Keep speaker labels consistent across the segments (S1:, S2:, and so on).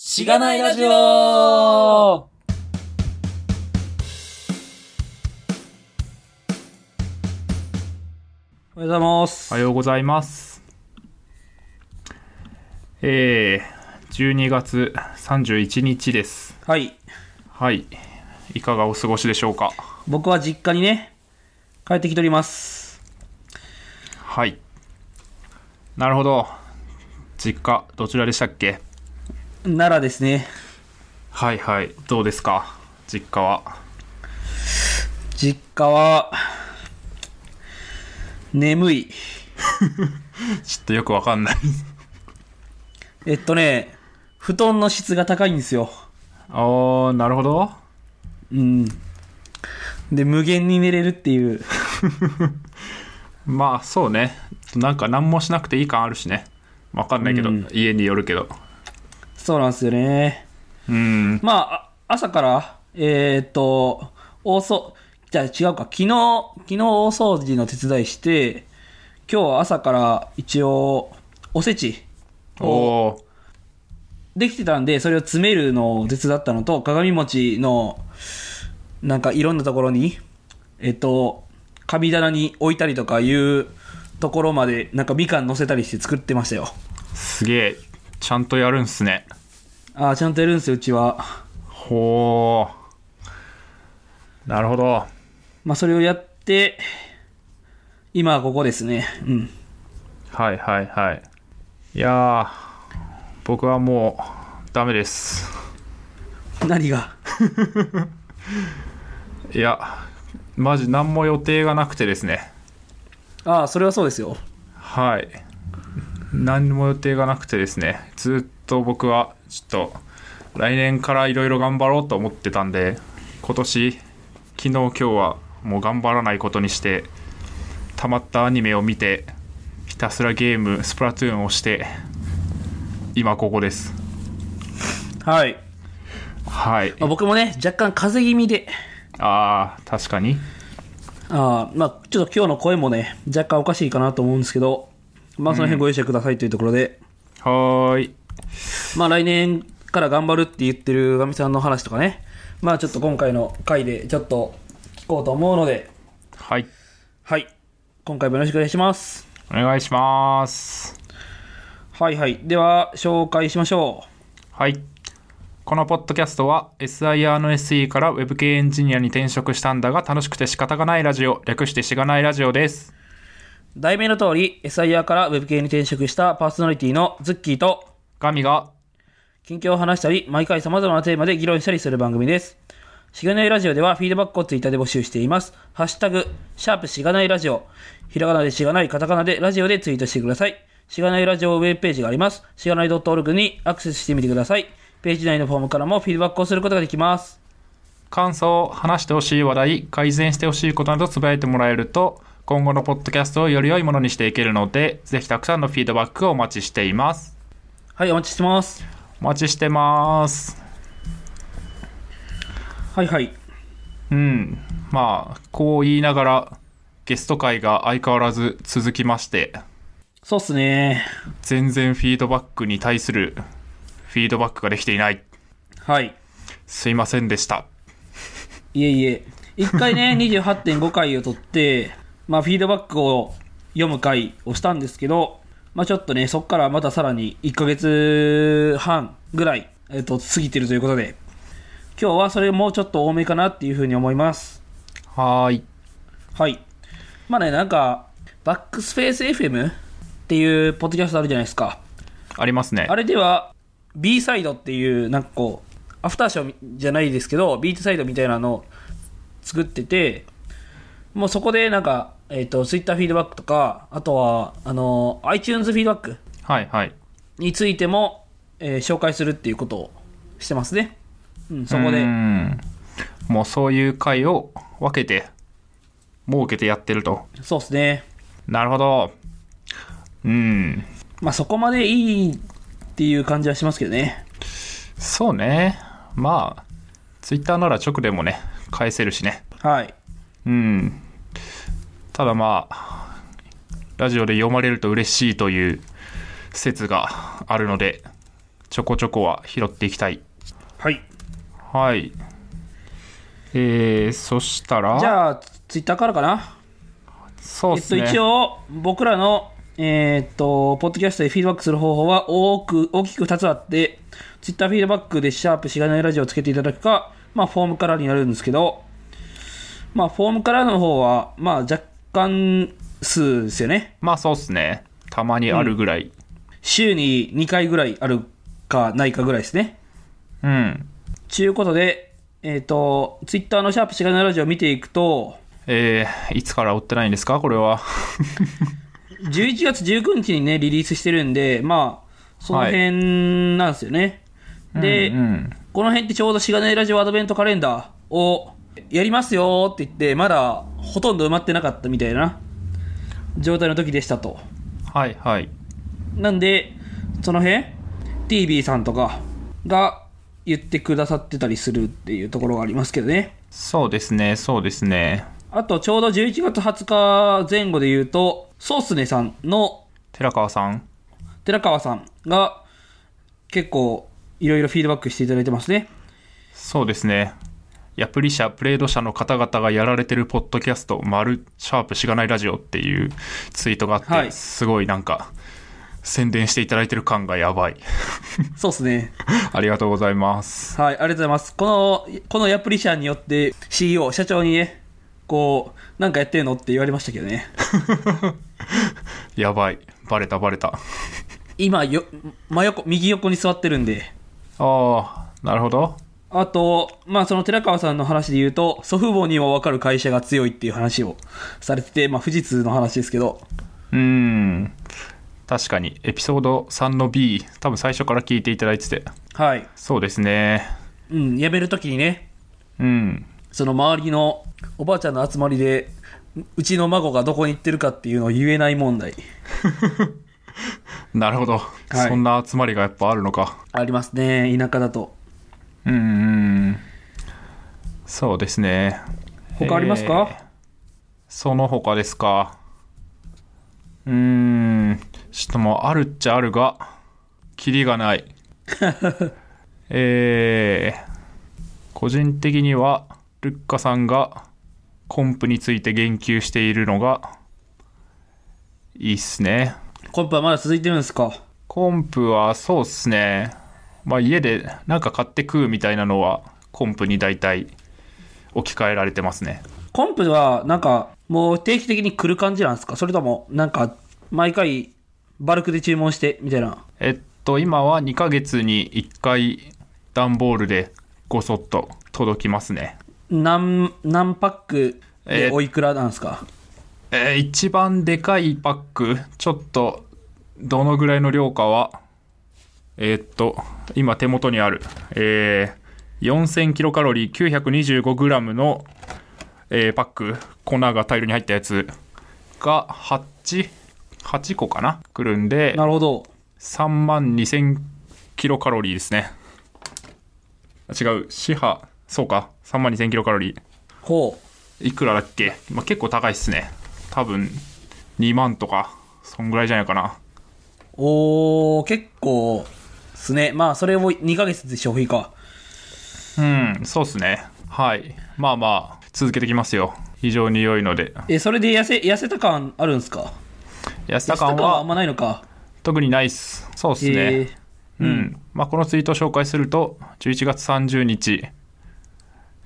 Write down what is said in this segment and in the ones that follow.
S1: しがないラジオ
S2: おはようございます。
S1: おはようございます。えー、12月31日です。
S2: はい。
S1: はい。いかがお過ごしでしょうか
S2: 僕は実家にね、帰ってきております。
S1: はい。なるほど。実家、どちらでしたっけ
S2: 奈良ですね。
S1: はいはい。どうですか実家は。
S2: 実家は、眠い。
S1: ちょっとよくわかんない。
S2: えっとね、布団の質が高いんですよ。
S1: あー、なるほど。
S2: うん。で、無限に寝れるっていう。
S1: まあ、そうね。なんか何もしなくていい感あるしね。わかんないけど、
S2: うん
S1: 家によるけど。
S2: そうなんですよね。
S1: うん。
S2: まあ、あ朝から、えーっと、大掃、じゃあ違うか、昨日、昨日大掃除の手伝いして、今日は朝から一応、おせちを
S1: おー。
S2: できてたんで、それを詰めるのを手伝ったのと、鏡餅の、なんかいろんなところに、えっと、神棚に置いたりとかいうところまで、なんかみかん乗せたりして作ってましたよ。
S1: すげえ。ちゃんとやるんすね。
S2: ああ、ちゃんとやるんですよ、うちは。
S1: ほう。なるほど。
S2: まあ、それをやって、今はここですね。うん。
S1: はいはいはい。いやー、僕はもう、ダメです。
S2: 何が
S1: いや、マジ何も予定がなくてですね。
S2: ああ、それはそうですよ。
S1: はい。何も予定がなくてですね。ずっと僕は、ちょっと、来年からいろいろ頑張ろうと思ってたんで、今年、昨日今日はもう頑張らないことにして、溜まったアニメを見て、ひたすらゲーム、スプラトゥーンをして、今ここです。
S2: はい。
S1: はい。
S2: まあ、僕もね、若干風邪気味で、
S1: ああ、確かに。
S2: ああ、まあ、ちょっと今日の声もね、若干おかしいかなと思うんですけど、まあ、その辺ご容赦くださいというところで、
S1: はーい。
S2: まあ、来年から頑張るって言ってるガミさんの話とかね、まあ、ちょっと今回の回でちょっと聞こうと思うので、
S1: はい。
S2: はい。今回もよろしくお願いします。
S1: お願いします。
S2: はいはい。では、紹介しましょ
S1: はい。このポッドキャストは SIR の SE から Web 系エンジニアに転職したんだが楽しくて仕方がないラジオ、略してしがないラジオです。
S2: う。題名の通り、SIR から Web 系に転職したパーソナリティのズッキーと、
S1: ガミが、
S2: 近況を話したり、毎回様々なテーマで議論したりする番組です。しがないラジオではフィードバックをツイッターで募集しています。ハッシュタグ、シャープしがないラジオ。ひらがなでしがない、カタカナでラジオでツイートしてください。しがないラジオウェブページがあります。しがない .org にアクセスしてみてください。ページ内のフォームからもフィードバックをすることができます。
S1: 感想、話してほしい話題、改善してほしいことなどつぶやいてもらえると、今後のポッドキャストをより良いものにしていけるので、ぜひたくさんのフィードバックをお待ちしています。
S2: はい、お待ちしてます。
S1: お待ちしてます。
S2: はいはい。
S1: うん。まあ、こう言いながら、ゲスト会が相変わらず続きまして、
S2: そうっすね。
S1: 全然フィードバックに対するフィードバックができていない。
S2: はい。
S1: すいませんでした。
S2: いえいえ。一回ね、28.5回を取って、まあ、フィードバックを読む回をしたんですけど、まあ、ちょっとね、そこからまたさらに1ヶ月半ぐらい、えっと、過ぎてるということで、今日はそれもうちょっと多めかなっていうふうに思います。
S1: はーい。
S2: はい。まあね、なんか、バックスペース FM っていうポッドキャストあるじゃないですか。
S1: ありますね。
S2: あれでは B サイドっていうなんかこうアフターショーじゃないですけど B サイドみたいなのを作っててもうそこでなんか、えー、と Twitter フィードバックとかあとはあの iTunes フィードバック
S1: はいはい。
S2: についても、えー紹介するっていうことをしてますね、うん、そこ
S1: うー
S2: で
S1: んもうそういう回を分けて、設けてやってると。
S2: そうですね
S1: なるほど。うん。
S2: まあそこまでいいっていう感じはしますけどね
S1: そうね。まあ、ツイッターなら直でもね、返せるしね。
S2: はい
S1: うん。ただまあ、ラジオで読まれると嬉しいという説があるので、ちょこちょこは拾っていきたい
S2: はい。
S1: はいえー、そしたら
S2: じゃあ、ツイッターからかな。え
S1: そうで
S2: っ
S1: す
S2: と、
S1: ね、
S2: 一応、僕らの、えーっと、ポッドキャストでフィードバックする方法は多く、大きく2つあって、ツイッターフィードバックで、シャープしがないラジオをつけていただくか、まあ、フォームからになるんですけど、まあ、フォームからの方は、まあ、若干数ですよね。
S1: まあそうですねたまにあるぐらい
S2: 週に2回ぐらいあるかないかぐらいですね。
S1: うん、
S2: ちゅうことで、えーっと、ツイッターのシャープしがないラジオを見ていくと、
S1: えー、いつから追ってないんですかこれは
S2: 11月19日にね、リリースしてるんで、まあ、その辺なんですよね。で、
S1: うん
S2: この辺ってちょうどしがないラジオアドベントカレンダーをやりますよって言って、まだほとんど埋まってなかったみたいな状態の時でしたと。
S1: はいはい
S2: なんで、その辺、TB さんとかが言ってくださってたりするっていうところがありますけどね。
S1: そうですねそうですね
S2: あと、ちょうど11月20日前後で言うと、ソースネさんの
S1: 寺川さん
S2: 寺川さんが結構いろいろフィードバックしていただいてますね。
S1: そうですねヤプリ社プレード社の方々がやられてるポッドキャスト「丸シャープしがないラジオ」っていうツイートがあって、
S2: はい
S1: すごいなんか宣伝していただいてる感がやばい
S2: そうですね。
S1: ありがとうございます
S2: はい、ありがとうございます。この、このヤプリ社によって CEO、社長にね、こう、なんかやってるのって言われましたけどね。
S1: やばいバレたバレた
S2: 今、よ、真横、右横に座ってるんで。
S1: ああなるほど
S2: あと、まあその寺川さんの話で言うと、祖父母にもわかる会社が強いっていう話をされてて、まあ富士通の話ですけど、
S1: うーん確かにエピソード3の B 多分最初から聞いていただいてて
S2: はい。
S1: そうですね
S2: うん、辞めるときにね、
S1: うん
S2: その周りのおばあちゃんの集まりで、うちの孫がどこに行ってるかっていうのを言えない問題
S1: なるほど、
S2: い
S1: そんな集まりがやっぱあるのか
S2: ありますね、田舎だと。
S1: うんうんそうですね
S2: 他ありますか、
S1: えーその他ですかうーんちょっともうあるっちゃあるがキリがない えー、個人的にはルッカさんがコンプについて言及しているのがいいっすね
S2: コンプはまだ続いてるんですか
S1: コンプはそうっすね。まあ家でなんか買って食うみたいなのはコンプに大体置き換えられてますね。
S2: コンプは、なんか、もう定期的に来る感じなんですかそれとも、なんか、毎回、バルクで注文して、みたいな。
S1: えっと今は2ヶ月に1回段ボールでごそっと届きますね。
S2: 何、何パック
S1: え
S2: で
S1: ー
S2: おいくらなんですか、
S1: えー一番でかいパック、ちょっとどのぐらいの量かは、えーっと、今手元にある、えー、4000キロカロリー925グラムの、えーパック、粉が大量に入ったやつが8、8個かなくるんで、
S2: なるほど。
S1: 3万2000キロカロリーですね。あ違う、四波、そうか、3万2000キロカロリー。
S2: ほ
S1: いくらだっけ、まあ、結構高いっすね多分2万とかそんぐらいじゃないかな
S2: う。おー、結構、すね。まあ、それを2ヶ月で消費か。
S1: うんそうっすねはいまあまあ続けてきますよ非常に良いので
S2: え、それで痩せ、痩せた感あるんですか
S1: 安
S2: 痩
S1: 田
S2: せた感
S1: 感
S2: はあん
S1: は
S2: まないのか。
S1: 特にないっすそうっすね、
S2: えー
S1: うんまあ、このツイートを紹介すると11月30日、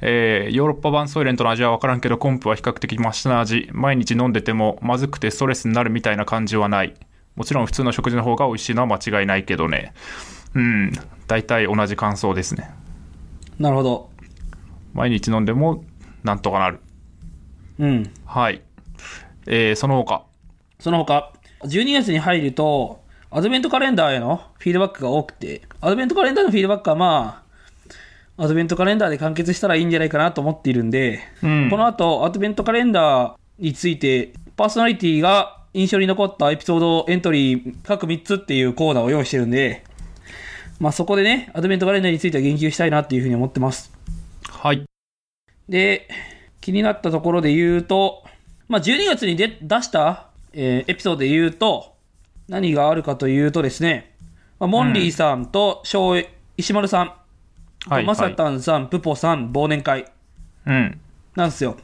S1: えーヨーロッパ版ソイレントの味は分からんけどコンプは比較的マシな味毎日飲んでてもまずくてストレスになるみたいな感じはないもちろん普通の食事の方が美味しいのは間違いないけどねうん大体同じ感想ですね
S2: なるほど。
S1: 毎日飲んでもなんとかなる
S2: うん。
S1: はい、えーその他
S2: その他、12月に入ると、アドベントカレンダーへのフィードバックが多くて、アドベントカレンダーのフィードバックはまあ、アドベントカレンダーで完結したらいいんじゃないかなと思っているんで、
S1: うん
S2: この後、アドベントカレンダーについて、パーソナリティが印象に残ったエピソードエントリー各3つっていうコーナーを用意してるんで、まあそこでね、アドベントカレンダーについては言及したいなっていうふうに思ってます。
S1: はい
S2: で、気になったところで言うと、まあ、12月に出出した、えーエピソードで言うと、何があるかというとですね、まあ、モンリーさんと、小石丸さん、
S1: はい
S2: まさたんさん、プポさん、忘年会
S1: うん
S2: なんですよ。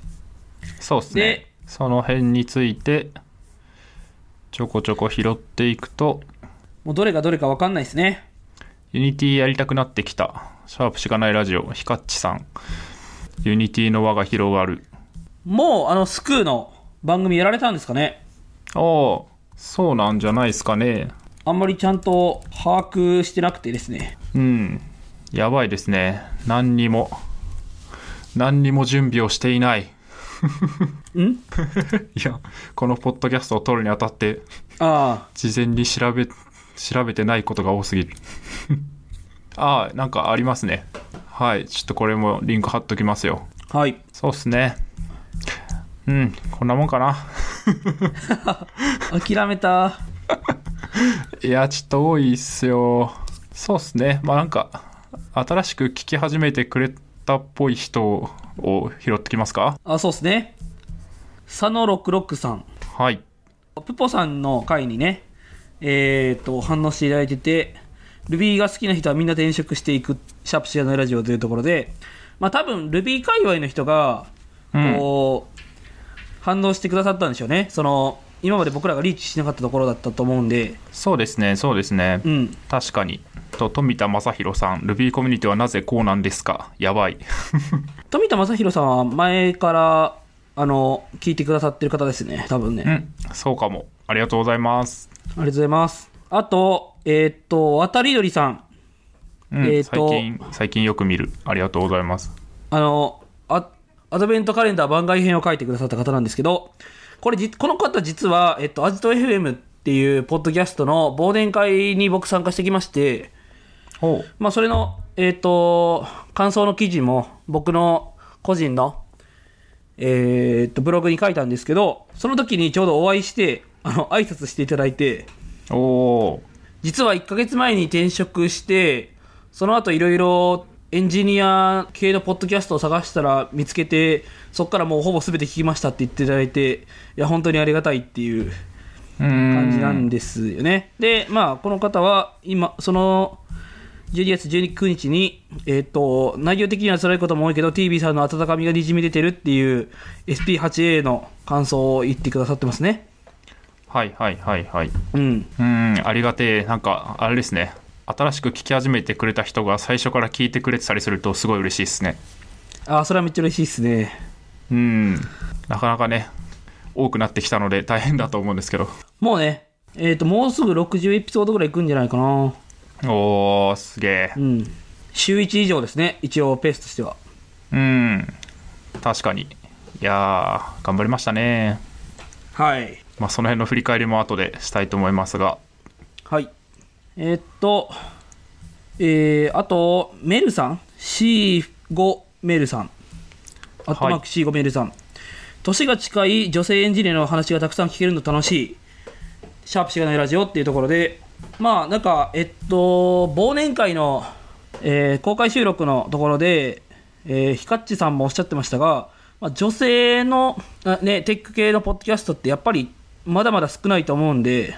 S1: そうですね
S2: で
S1: その辺についてちょこちょこ拾っていくと
S2: もうどれがどれか分かんないですね。
S1: ユニティやりたくなってきたシャープしかないラジオひかっちさんユニティの輪が広がる
S2: もう、あの、スクーの番組やられたんですかね。
S1: ああそうなんじゃないですかね
S2: あんまりちゃんと把握してなくてですね。
S1: うんやばいですね何にも何にも準備をしていない
S2: ん
S1: いやこのポッドキャストを撮るにあたって
S2: ああ、
S1: 事前に調べ調べてないことが多すぎる ああなんかありますねはいちょっとこれもリンク貼っときますよ
S2: はい。
S1: そうっすねうんこんなもんかな
S2: 諦めた。
S1: いやちょっと多いっすよそうっすねまあなんか新しく聞き始めてくれたっぽい人を拾ってきますか
S2: あ、そうですね。佐野六六さん。
S1: はい
S2: プポさんの回にね、えっ、と、反応していただいてて、Ruby が好きな人はみんな転職していく、シャープシアのラジオというところで、まあ多分 Ruby 界隈の人が、
S1: うん
S2: こう、反応してくださったんでしょうね。その、今まで僕らがリーチしなかったところだったと思うんで、
S1: そうですねそうですね、
S2: うん。
S1: 確かにと富田正宏さん Ruby コミュニティはなぜこうなんですかやばい
S2: 富田正宏さんは前から、あの、聞いてくださってる方ですね。多分ね。
S1: う
S2: あ
S1: んそうかもありがとうございます
S2: りがとうございます。あと、えっ、と、渡り鳥さん。
S1: うん
S2: えー
S1: 最
S2: と
S1: 近最近よく見るありがとうございます
S2: あの、アアドベントカレンダー番外編を書いてくださった方なんですけど、これじ、この方実は、えっと、アジト FM っていうポッドキャストの忘年会に僕参加してきまして、
S1: お
S2: まあ、それの、えっと、感想の記事も僕の個人の、えっと、ブログに書いたんですけど、その時にちょうどお会いして、あの、挨拶していただいて、
S1: お
S2: 実は1ヶ月前に転職して、その後いろいろエンジニア系のポッドキャストを探したら見つけて、そこからもうほぼ全て聞きましたって言っていただいて、いや、本当にありがたいっていう
S1: うーん
S2: 感じなんですよね。で、まあ、この方は今、その、12月19日に、えっ、と、内容的には辛いことも多いけど、TV さんの温かみがにじみ出てるっていう SP8A の感想を言ってくださってますね。
S1: はいはいはいはい
S2: うん。
S1: うんありがてえなんかあれですね新しく聞き始めてくれた人が最初から聞いてくれてたりするとすごい嬉しいですね
S2: あ、それはめっちゃ嬉しいですね。
S1: うんなかなかね多くなってきたので大変だと思うんですけど
S2: もうね、えっ、と、もうすぐ60エピソードぐらいいくんじゃないかな。
S1: おーすげえ
S2: うん。週1以上ですね、一応ペースとしては。
S1: うん確かにいやー頑張りましたね
S2: はい。
S1: まあその辺の振り返りも後でしたいと思いますが
S2: はい。えっと、えー、あと、メルさん ?C5 メルさん。アットマーク C5 メルさん。年が近い女性エンジニアの話がたくさん聞けるの楽しい。シャープしがないラジオっていうところで、まあなんか、えっと、忘年会の、えー公開収録のところで、えー、ひかっちさんもおっしゃってましたが、まあ、女性のあ、ね、テック系のポッドキャストってやっぱりまだまだ少ないと思うんで、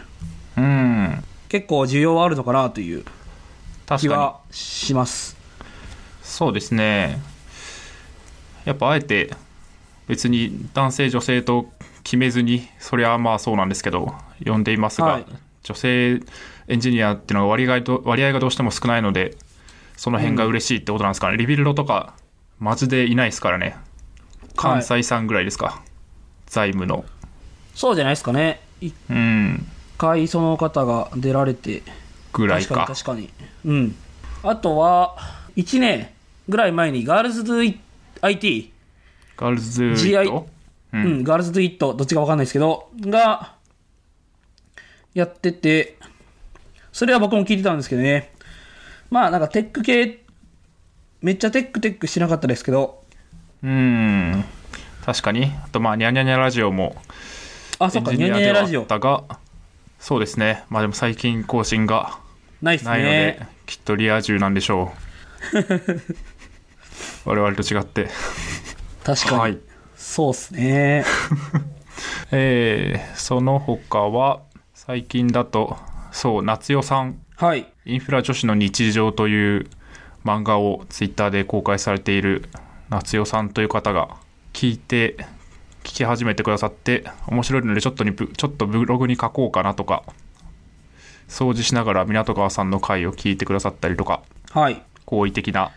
S1: うん
S2: 結構需要はあるのかなという気
S1: 確かに
S2: はします。
S1: そうですねやっぱあえて別に男性女性と決めずにそりゃまあそうなんですけど呼んでいますが、
S2: はい
S1: 女性エンジニアっていうのが割合と割合がどうしても少ないのでその辺が嬉しいってことなんですかね、リビルドとかマジでいないですからね関
S2: はい
S1: 西さんぐらいですか、財務の
S2: そうじゃないですかね。一
S1: うん
S2: 回その方が出られて、
S1: ぐらい
S2: 確
S1: か
S2: かに確かに。うん。あとは、1年ぐらい前にガールズドゥイ IT、
S1: ガールズウィ
S2: GI
S1: ット
S2: うん、ガールズドゥイット、どっちかわかんないですけど、が、やってて、それは僕も聞いてたんですけどね。まあなんかテック系、めっちゃテックテックしてなかったですけど、
S1: うん確かにあとまあニャニャニャラジオも
S2: あ、そっか、ニャニャニャラジオ
S1: エンジニア。ではあったがそうですねまあでも最近更新が
S2: ないです
S1: ないので、
S2: ね。
S1: きっとリア充なんでしょ う我々と違って
S2: 確かに。
S1: はい
S2: そうっすね。
S1: えーその他は最近だとそう夏代さん
S2: はい。
S1: いインフラ女子の日常という漫画をツイッターで公開されている夏代さんという方が聞いて聞き始めてくださって面白いのでちょっとにぶちょっとブログに書こうかなとか掃除しながら港川さんの回を聞いてくださったりとか
S2: はい。
S1: 好意的な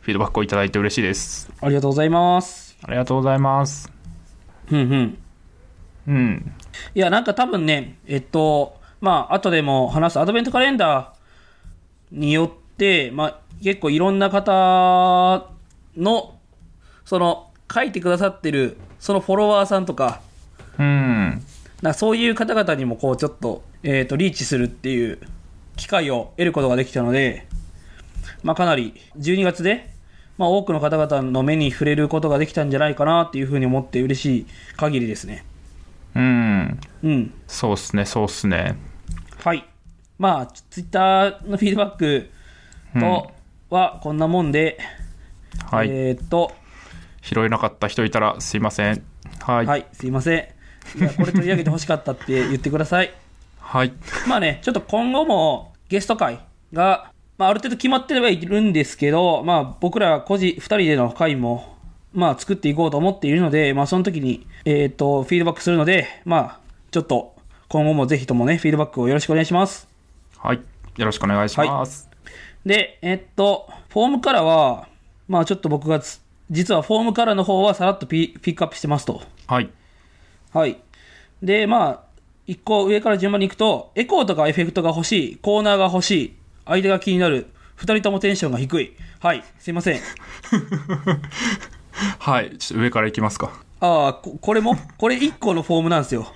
S1: フィードバックをいただいて嬉しいです
S2: ありがとうございます。
S1: ありがとうございます
S2: うんうん。
S1: うん
S2: いや、なんか多分ね、えっと、まあ、後でも話すアドベントカレンダーによって、まあ、結構いろんな方の、その、書いてくださってる、そのフォロワーさんとか、
S1: うん
S2: なんかそういう方々にもこう、ちょっと、えっと、リーチするっていう機会を得ることができたので、まあ、かなり、12月で、まあ、多くの方々の目に触れることができたんじゃないかなっていうふうに思って嬉しい限りですね。
S1: うん
S2: うん。
S1: そうっすねそうっすね
S2: はい。まあ、ツイッターのフィードバックとはこんなもんで、
S1: はい、
S2: えーっと、
S1: 拾えなかった人いたらすいませんはい
S2: は
S1: はい、
S2: い、すいません。いや、これ取り上げてほしかったって言ってください。まあね、ちょっと今後もゲスト会が、まあ、ある程度決まってればいるんですけど、まあ、僕ら個人、二人での会も、まあ、作っていこうと思っているので、まあ、その時に、えーっと、フィードバックするので、まあ、ちょっと、今後もぜひともね、フィードバックをよろしくお願いします。
S1: はい、よろしくお願いします、
S2: で、えっと、フォームからは、まあちょっと僕がつ、実はフォームからの方はさらっとピピックアップしてますと。
S1: はい、
S2: はい。で、まあ、一個上から順番に行くと、エコーとかエフェクトが欲しい、コーナーが欲しい、相手が気になる、二人ともテンションが低い。はい、すいません。
S1: はい、ちょっと上からいきますか。
S2: ああ、ここれも、これ一個のフォームなんですよ。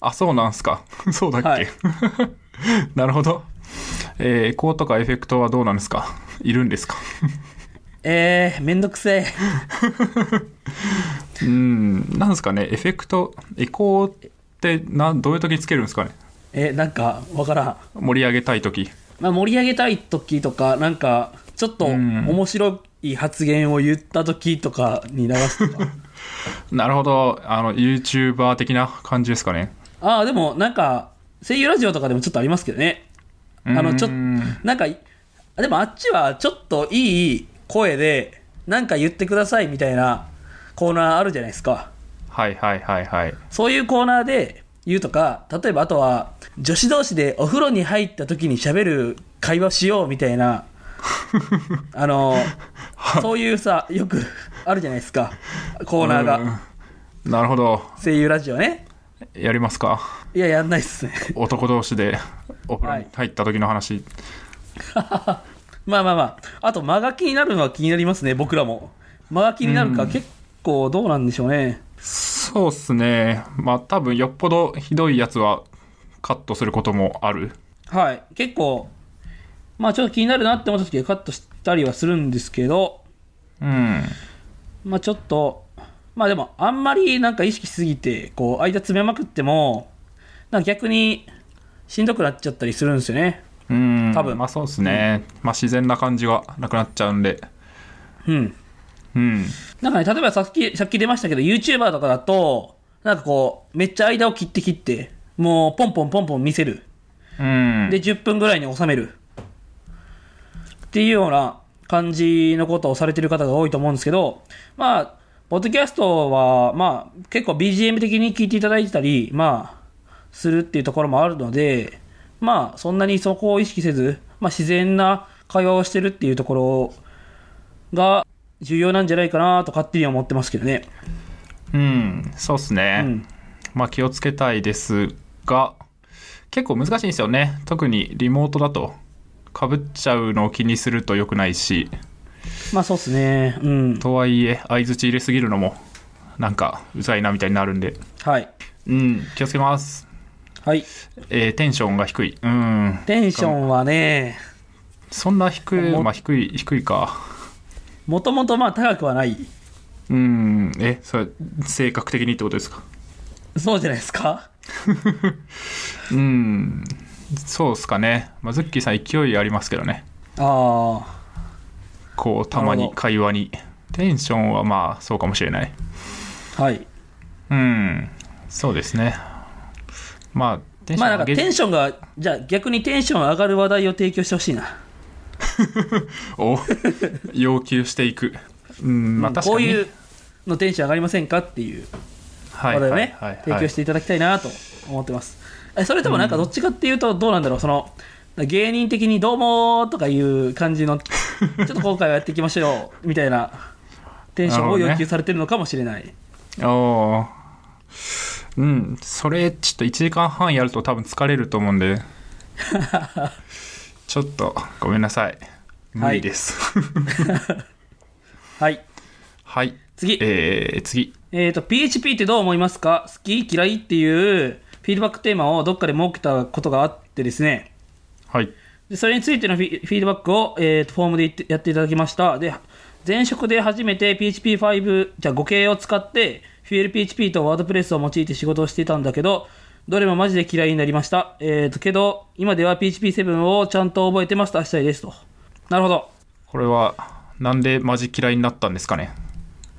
S1: あ、そうなんすか。 そうだっけ。
S2: はい
S1: なるほど。えー、エコーとかエフェクトはどうなんですかいるんですか
S2: えー、めんどくせえ。
S1: うん、なんですかね、エフェクト、エコーってなどういう時につけるんですかね
S2: えなんか、わからん。
S1: 盛り上げたい時。
S2: まあ、盛り上げたい時とか、なんか、ちょっと
S1: ん
S2: 面白い発言を言った時とかに流すとか。
S1: なるほど、あの、YouTuber 的な感じですかね。
S2: ああ、でもなんか、声優ラジオとかでもちょっとありますけどね。あの、ちょっと、なんか、でもあっちはちょっといい声で、なんか言ってくださいみたいなコーナーあるじゃないですか。
S1: はいはいはいはい。
S2: そういうコーナーで言うとか、例えばあとは、女子同士でお風呂に入った時に喋る会話しようみたいな、あの、そういうさ、よくあるじゃないですか。コーナーが。
S1: うん。なるほど、
S2: 声優ラジオね。
S1: やりますか。
S2: いや、やんないっすね。
S1: 男同士でお風呂に入った時の話。
S2: まあまあまあ。あと、間が気になるのは気になりますね、僕らも。間が気になるか、結構どうなんでしょうね。
S1: そうっすね。まあ多分よっぽどひどいやつはカットすることもある。
S2: はい。結構、まあちょっと気になるなって思った時はカットしたりはするんですけど、
S1: うん。
S2: まあちょっと、まあでも、あんまりなんか意識しすぎて、こう、間詰めまくっても、なんか逆にしんどくなっちゃったりするんですよね。
S1: うん。
S2: 多分
S1: まあそうっすね。まあ自然な感じがなくなっちゃうんで。
S2: うん。
S1: うん。
S2: なんかね、例えばさっき、さっき出ましたけど、YouTuber とかだと、なんかこう、めっちゃ間を切って切って、もう、ポンポンポンポン見せる。
S1: うん。
S2: で、10分ぐらいに収める。っていうような感じのことをされてる方が多いと思うんですけど、まあ、ポッドキャストは、まあ、結構 BGM 的に聞いていただいてたり、まあ、するっていうところもあるので、まあ、そんなにそこを意識せず、まあ、自然な会話をしてるっていうところが重要なんじゃないかなと勝手には思ってますけどね。
S1: うん。そうっす
S2: う
S1: ね。
S2: ん。
S1: まあ気をつけたいですが、結構難しいんですよね。特にリモートだと。かぶっちゃうのを気にすると良くないし。
S2: まあ、そうっすね。うん。
S1: とはいえ、相づち入れすぎるのも、なんか、うざいなみたいになるんで。
S2: はい。
S1: うん。気をつけます。
S2: はい。
S1: えーテンションが低い。うん。
S2: テンションはね、
S1: そんな低い、
S2: も
S1: まあ低い、低いか。
S2: もともとまあ高くはない。
S1: うん。え、それ、性格的にってことですか
S2: そうじゃないですか
S1: うん。そうっすかね。まあ、ズッキーさん勢いありますけどね。
S2: あ
S1: こう、たま
S2: なる
S1: に
S2: ほど
S1: 会話に。テンションはまあ、そうかもしれない。
S2: あ、はい。
S1: うん。そうですね。まあ、テンシ
S2: まあ
S1: ョ
S2: な
S1: ン
S2: んか
S1: 上げ
S2: テンションが、じゃあ逆にテンション上がる話題を提供してほしいな。
S1: を要求していく。うん、まあ確か
S2: こ
S1: に。
S2: ういうのテンション上がりませんかっていう
S1: はい
S2: 話題
S1: はい
S2: を
S1: はい
S2: ね
S1: はい、
S2: 提供していただきたいなと思ってます。えそれともなんかどっちかっていうとどうなんだろう、その、芸人的にどうもーとかいう感 じの、ちょっと今回はやっていきましょうみたいなテンションを要求されてるのかもしれない。
S1: ああ。うん、それ、ちょっと1時間半やると多分疲れると思うん で。ちょっと、ごめんなさい。無理です。
S2: はい。
S1: はい。
S2: 次。
S1: えー、次。
S2: えっ、と、PHP ってどう思いますか好き嫌いっていうフィードバックテーマをどっかで設けたことがあってですね。
S1: はい。
S2: でそれについてのフィフィードバックを、えーとフォームでいってやっていただきました。で、前職で初めて PHP5、じゃあ5系を使って、FuelPHP と WordPress を用いて仕事をしていたんだけど、どれもマジで嫌いになりました。えっ、と、けど、今では PHP7 をちゃんと覚えてますと明日ですと。なるほど。
S1: これは、なんでマジ嫌いになったんですかね。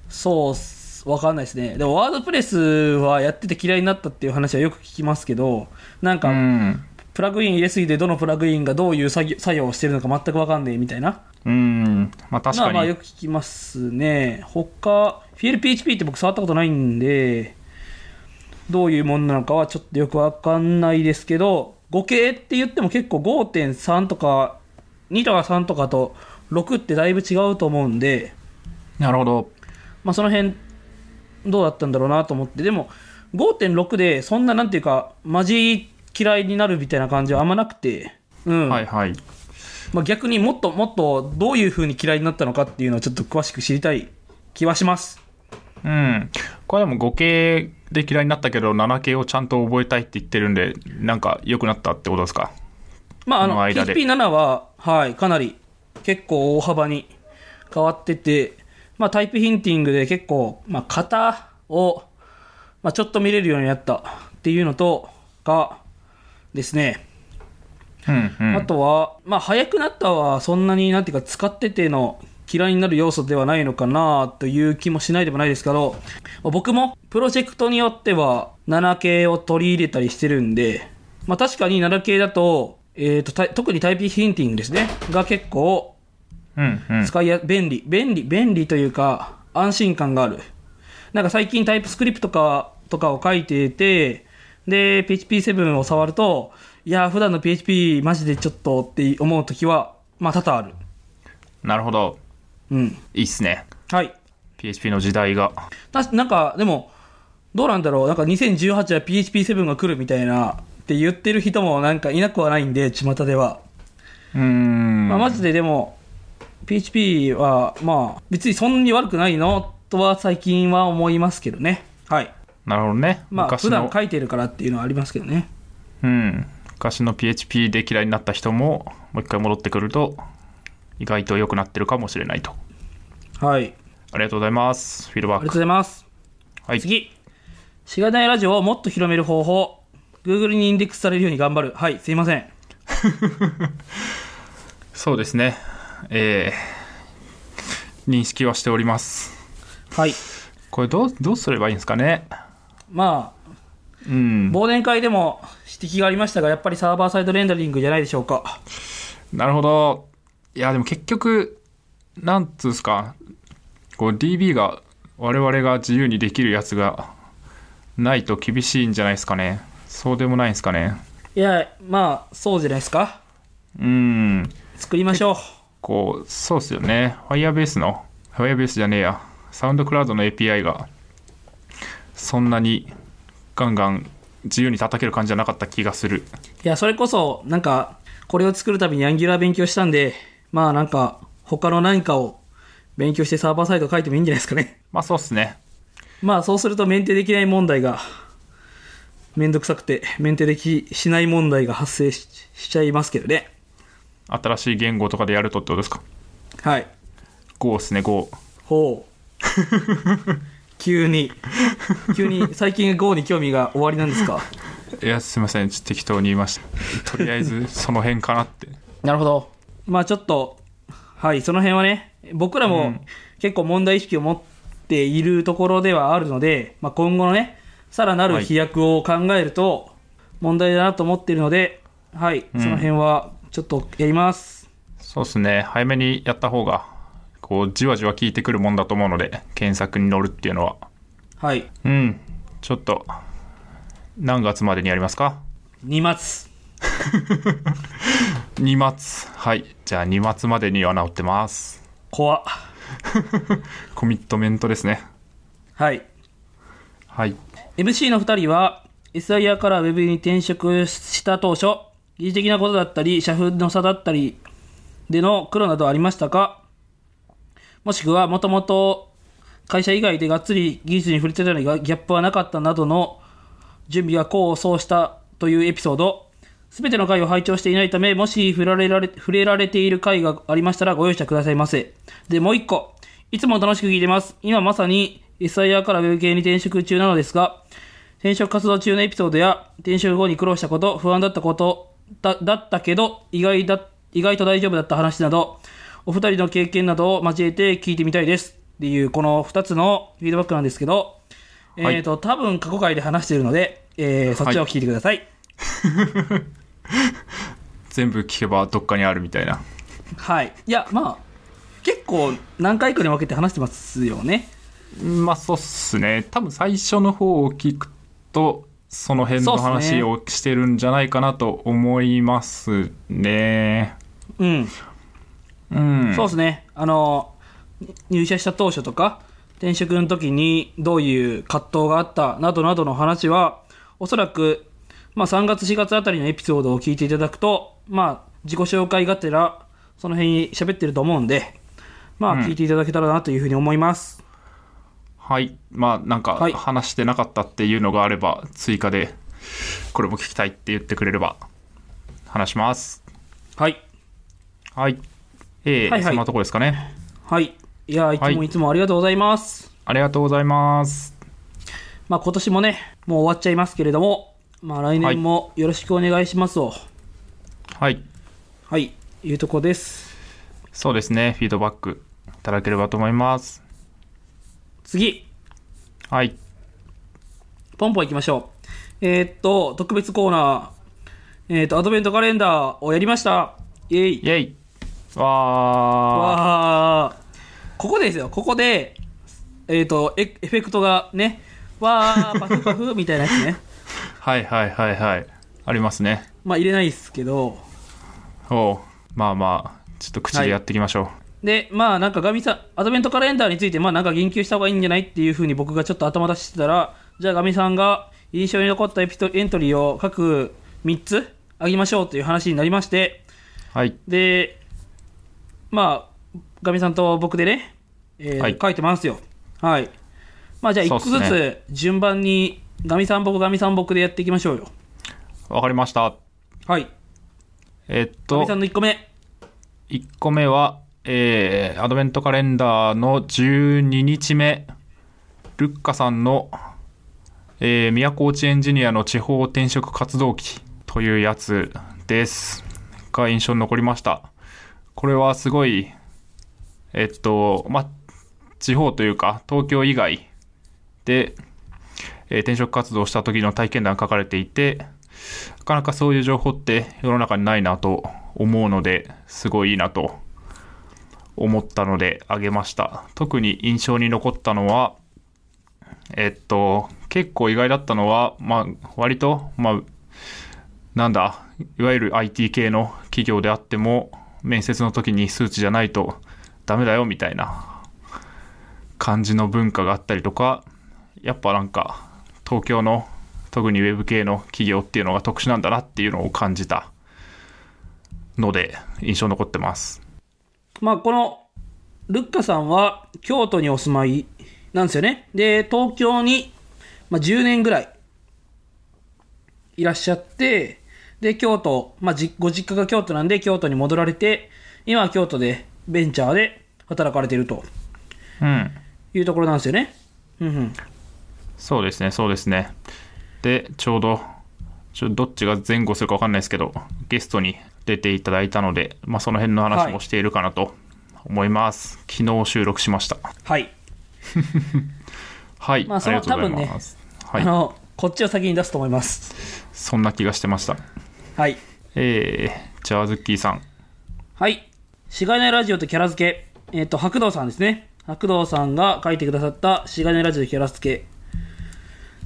S2: そうっす、わかんないですね。でも、ワードプレスはやってて嫌いになったっていう話はよく聞きますけど、なん
S1: う
S2: か、
S1: ん。
S2: プラグイン入れすぎて、どのプラグインがどういう作業作業をしてるのか全くわかんねえみたいな
S1: うん。まあ確
S2: のは、
S1: か
S2: まあ、
S1: に
S2: よ。く聞きますね。他、FLPHP って僕触ったことないんで、どういうものなのかはちょっとよくわかんないですけど、5系って言っても結構5.3とか、2とか3とかと6ってだいぶ違うと思うんで、
S1: なるほど。
S2: まあ、その辺どうだったんだろうなと思ってでも5.6でそんななんていうかマジ嫌いになるみたいな感じはあんまなくて、うん
S1: はいはい。
S2: まあ、逆にもっともっとどういう風に嫌いになったのかっていうのをちょっと詳しく知りたい気はします
S1: うん。これでも5系で嫌いになったけど、7系をちゃんと覚えたいって言ってるんで、なんか良くなったってことですか。
S2: まああの
S1: この間で
S2: PHP7 は、はい、かなり結構大幅に変わってて、まあ、タイプヒンティングで結構、まあ、型を、まあ、ちょっと見れるようになったっていうのとかですね
S1: うんうん。
S2: あとは、まあ、早くなったは、そんなに、なんていうか、使ってての嫌いになる要素ではないのかなという気もしないでもないですけど、まあ僕もプロジェクトによっては、7系を取り入れたりしてるんで、まあ、確かに7系だと、えっ、と、た特にタイプヒンティングですね、が結構、
S1: うんうん。
S2: 使いや、便利、便利、便利というか、安心感がある。なんか最近タイプスクリプトとか、とかを書いてて、で、PHP7 を触ると、いやー、普段の PHP マジでちょっとって思うときは、まあ多々ある。
S1: なるほど。
S2: うん。
S1: いいっすね。
S2: はい。
S1: PHP の時代が。
S2: たしなんか、でも、どうなんだろう。なんか2018は PHP7 が来るみたいな、って言ってる人もなんかいなくはないんで、巷では。
S1: うーん。
S2: まあ、マジででも、PHP は、まあ、別にそんなに悪くないのとは最近は思いますけどね。はい。
S1: なるほどね。
S2: まあ、
S1: 昔
S2: 普段
S1: の、
S2: 書いてるからっていうのはありますけどね。
S1: うん。昔の PHP で嫌いになった人も、もう一回戻ってくると、意外と良くなってるかもしれないと。
S2: はい。
S1: ありがとうございます。フィード
S2: あ
S1: バ
S2: り
S1: ッ
S2: がとう
S1: ク。
S2: ございます。
S1: はい。
S2: 次。しがないラジオをもっと広める方法。Google にインデックスされるように頑張る。はい、すいません。
S1: そうですね。えー、認識はしております。
S2: はい。
S1: これどう、どうすればいいんですかね。
S2: まあ、
S1: うん。
S2: 忘年会でも指摘がありましたが、やっぱりサーバーサイドレンダリングじゃないでしょうか。
S1: なるほど。いや、でも結局、なんつうんすか、こう DB が、我々が自由にできるやつがないと厳しいんじゃないですかね。そうでもないんですかね。
S2: いや、まあ、そうじゃないですか。
S1: うん。
S2: 作りましょう。
S1: こう、そうっすよね。Firebase の、Firebase じゃねえや、サウンドクラウドの API が、そんなにガンガン自由に叩ける感じじゃなかった気がする。
S2: いや、それこそ、なんか、これを作るたびにアンギュラー勉強したんで、まあなんか、他の何かを勉強してサーバーサイド書いてもいいんじゃないですかね。
S1: まあそうっすね。
S2: まあそうするとメンテできない問題が、めんどくさくて、メンテできしない問題が発生ししちゃいますけどね。
S1: 新しい言語とかでやるとってことですか。
S2: はい。
S1: Go っすね、Go。
S2: ほう。急に、急に、最近 GO に興味が終わりなんですか
S1: いや、すみません。ちょっと適当に言いました。とりあえ ず、その辺かなって。
S2: なるほど。まあちょっと、はい、その辺はね、僕ら
S1: う
S2: も
S1: ん
S2: 結構問題意識を持っているところではあるので、まあ今後のね、さらなる飛躍を考えると、問題だなと思っているので、はい、その辺はちょっとやります。
S1: そうですね早めにやった方がこうじわじわ効いてくるもんだと思うので検索に乗るっていうのは
S2: はい。
S1: うんちょっと何月までにやりますか
S2: 2月。
S1: 2月はいじゃあ2月までには治ってます
S2: 怖っ
S1: コミットメントですね
S2: はい。
S1: はい
S2: MC の2人は SIR から Web に転職した当初技術的なことだったり社風の差だったりでの苦労などありましたかもしくはもともと会社以外でがっつり技術に触れてたのにギャップはなかったなどの準備が功を奏したというエピソードすべての回を拝聴していないため、もし触れられ触れられている回がありましたらご容赦くださいませ。で、もう一個。いつも楽しく聞いてます。今まさに SIR から Web 系に転職中なのですが、転職活動中のエピソードや、転職後に苦労したこと、不安だったこと、だだったけど、意外だ、意外と大丈夫だった話など、お二人の経験などを交えて聞いてみたいです。っていう、この二つのフィードバックなんですけど、
S1: はい
S2: えっ、と、多分過去回で話しているので、えーそっちを聞いてください。
S1: 全部聞けばどっかにあるみたいな
S2: はい。いや、まあ、結構何回かに分けて話してますよね。
S1: まあそうっすね多分最初の方を聞くとその辺
S2: そう
S1: の
S2: っすね
S1: 話をしてるんじゃないかなと思いますね
S2: うん。
S1: うん
S2: そうですね。あの、入社した当初とか、転職の時にどういう葛藤があったなどなどの話は、おそらく、まあ3月4月あたりのエピソードを聞いていただくと、まあ自己紹介がてら、その辺に喋ってると思うんで、まあ聞いていただけたらなというふうに思います。
S1: はいまあなんか
S2: はい
S1: 話してなかったっていうのがあれば追加でこれも聞きたいって言ってくれれば話します
S2: はい。
S1: はいえー
S2: はいはい
S1: そんなとこですかね
S2: はい。いや、いつ
S1: は
S2: も
S1: い
S2: いつもありがとうございます。
S1: ありがとうございます
S2: まあ今年もね、もう終わっちゃいますけれども、まあ来年もよろしくお願いしますを、はい、
S1: はい
S2: い、うとこです。
S1: そうですねフィードバックいただければと思います
S2: 次、
S1: はい
S2: ポンポン行きましょう。えーっと、特別コーナー、えーっと、アドベントカレンダーをやりました。イェイ。
S1: イェイわー
S2: わー。ここですよ、ここで、えーっと、エエフェクトがね、わー、パフパフみたいなやつね。
S1: はいはいはいはいありますね
S2: まあ入れないですけど、
S1: おうまあまあちょっと口でやっていきましょう、
S2: で、まあなんかガミさん、アドベントカレンダーについて、まあなんか言及した方がいいんじゃないっていうふうに僕がちょっと頭出してたら、じゃあガミさんが印象に残ったエピトエントリーを各3つあげましょうという話になりまして、
S1: はい
S2: で、まあ、ガミさんと僕でね、えー
S1: はい
S2: 書いてますよ。はい。まあじゃあ1個ず
S1: そうっす
S2: つ順番に、ガミさん僕、ガミさん僕でやっていきましょうよ。
S1: わかりました
S2: はい。
S1: えっ
S2: ガミ
S1: と
S2: さんの1個目。
S1: 1個目はえーアドベントカレンダーの12日目ルッカさんの、えー、宮古内エンジニアの地方転職活動期というやつですが印象に残りましたこれはすごいえっとまあ地方というか東京以外で、えー転職活動をした時の体験談が書かれていてなかなかそういう情報って世の中にないなと思うのですごいいいなと思ったのであげました特に印象に残ったのはえっと結構意外だったのはまあ割とまあなんだいわゆる IT 系の企業であっても面接の時に数値じゃないとダメだよみたいな感じの文化があったりとかやっぱなんか東京の特にウェブ系の企業っていうのが特殊なんだなっていうのを感じたので印象に残ってます
S2: まあ、この、ルッカさんは京都にお住まいなんですよね。で、東京に、まあ、10年ぐらいいらっしゃって、で、京都、まあ、じご実家が京都なんで京都に戻られて、今は京都でベンチャーで働かれてると
S1: うん
S2: いうところなんですよね。うんうん。
S1: そうですねそうですねでちょうどちょどっちが前後するか分かんないですけどゲストに出ていただいたので、まあ、その辺の話
S2: は
S1: も
S2: い
S1: しているかなと思います、昨日収録しました
S2: はい。
S1: はい、
S2: まあ
S1: あ
S2: そ
S1: り
S2: の
S1: がとうございます、
S2: あ
S1: はい
S2: の、こっちを先に出すと思います。
S1: そんな気がしてました
S2: はい。
S1: えー、じゃあズッキーさん
S2: はい。しがないラジオとキャラ付け。えっ、と、白道さんですね。白道さんが書いてくださったしがないラジオとキャラ付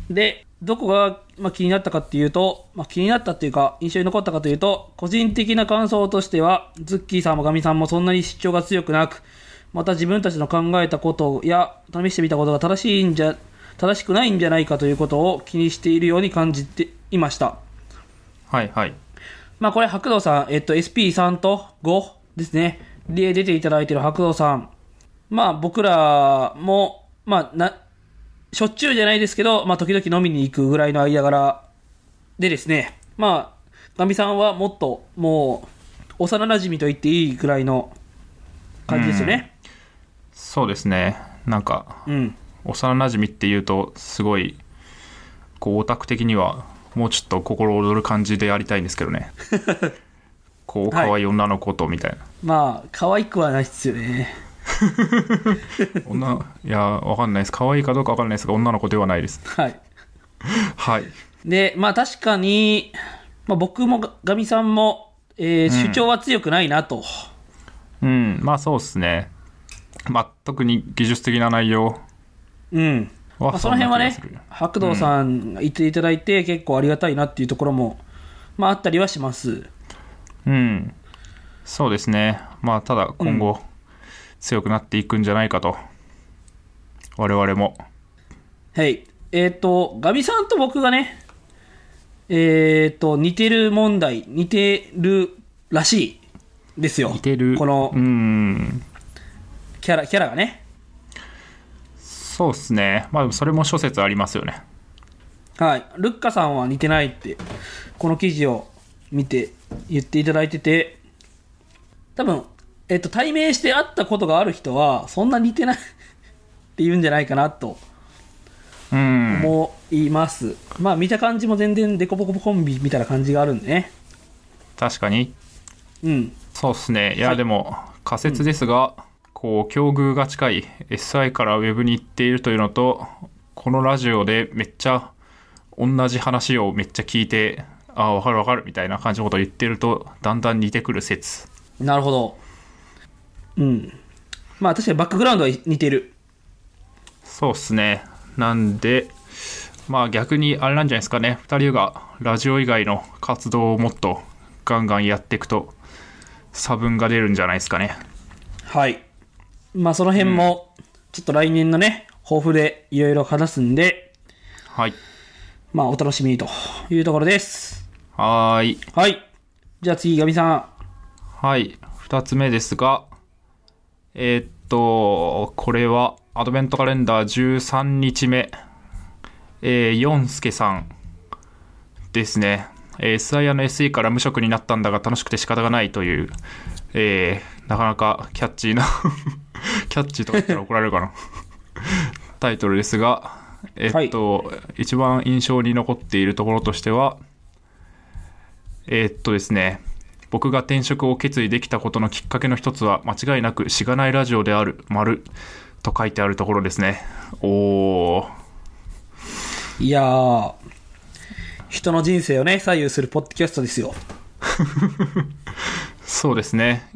S2: け。で、どこが、まあ、気になったかっていうと、まあ、気になったっていうか、印象に残ったかというと、個人的な感想としては、ズッキーさんもガミさんもそんなに主張が強くなく、また自分たちの考えたことや、試してみたことが正しいんじゃ、正しくないんじゃないかということを気にしているように感じていました。
S1: はいはい
S2: まあこれ白道さん、えっと SP3 と5ですね。で、出ていただいてる白道さん。まあ僕らも、まあな、しょっちゅうじゃないですけど、まあ時々飲みに行くぐらいの間柄でですね、まあ、ガミさんはもっともう、幼馴染と言っていいぐらいの感じですよね。
S1: そうですねなんか
S2: うん。
S1: 幼馴染っていうとすごいこうオタク的にはもうちょっと心躍る感じでやりたいんですけ どねこう可愛い女の子とみたいな、
S2: まあ、可愛くはないですよね。
S1: 女いやわかんないです可愛いかどうかわかんないですが女の子ではないです
S2: はい。
S1: はい
S2: で、まあ確かに、まあ僕もガガミさんも、えー主張は強くないなと。
S1: うんまあそうですねまあ特に技術的な内容
S2: うん。ま
S1: は
S2: あ、その辺はね
S1: そんな気がする、
S2: 白道さんがいていただいて、結構ありがたいなっていうところも、まあ、あったりはします。
S1: うんそうですねまあただ今後強くなっていくんじゃないかと、我々も
S2: はい。えっ、と、ガミさんと僕がね、えっ、と、似てる問題、似てるらしいですよ。
S1: 似てる
S2: この
S1: うん
S2: キャラ、キャラがね。
S1: そうですねまあでもそれも諸説ありますよね
S2: はい。ルッカさんは似てないって、この記事を見て言っていただいてて、多分、えっと、対面して会ったことがある人は、そんな似てないって言うんじゃないかなと
S1: うん
S2: 思います、まあ見た感じも全然デコボココンビみたいな感じがあるんでね
S1: 確かに
S2: うん
S1: そうですねいや、
S2: はい
S1: でも仮説ですが、こう境遇が近い SI からウェブに行っているというのとこのラジオでめっちゃ同じ話をめっちゃ聞いてああ分かる分かるみたいな感じのことを言ってるとだんだん似てくる説
S2: なるほどうんまあ確かにバックグラウンドは似てる
S1: そうっすね。なんで、まあ逆にあれなんじゃないですかね。二人がラジオ以外の活動をもっとガンガンやっていくと差分が出るんじゃないですかね。
S2: はいまあその辺もちょっと来年のね抱負でいろいろ話すんで
S1: はい。
S2: まあお楽しみにというところです
S1: はーい。
S2: はいじゃあ次ガミさん
S1: はい。二つ目ですが、えーっと、これはアドベントカレンダー13日目、えー、ヨンスケさんですね。えー、SIA の SE から無職になったんだが楽しくて仕方がないという、えーなかなかキャッチーな、 キャッチーとか言ったら怒られるかな。タイトルですが、えーっと、一番印象に残っているところとしては、えーっとですね、僕が転職を決意できたことのきっかけの一つは、間違いなくしがないラジオである、丸と書いてあるところですね。おー、
S2: いやー人の人生をね左右するポッドキャストですよ
S1: そうですね。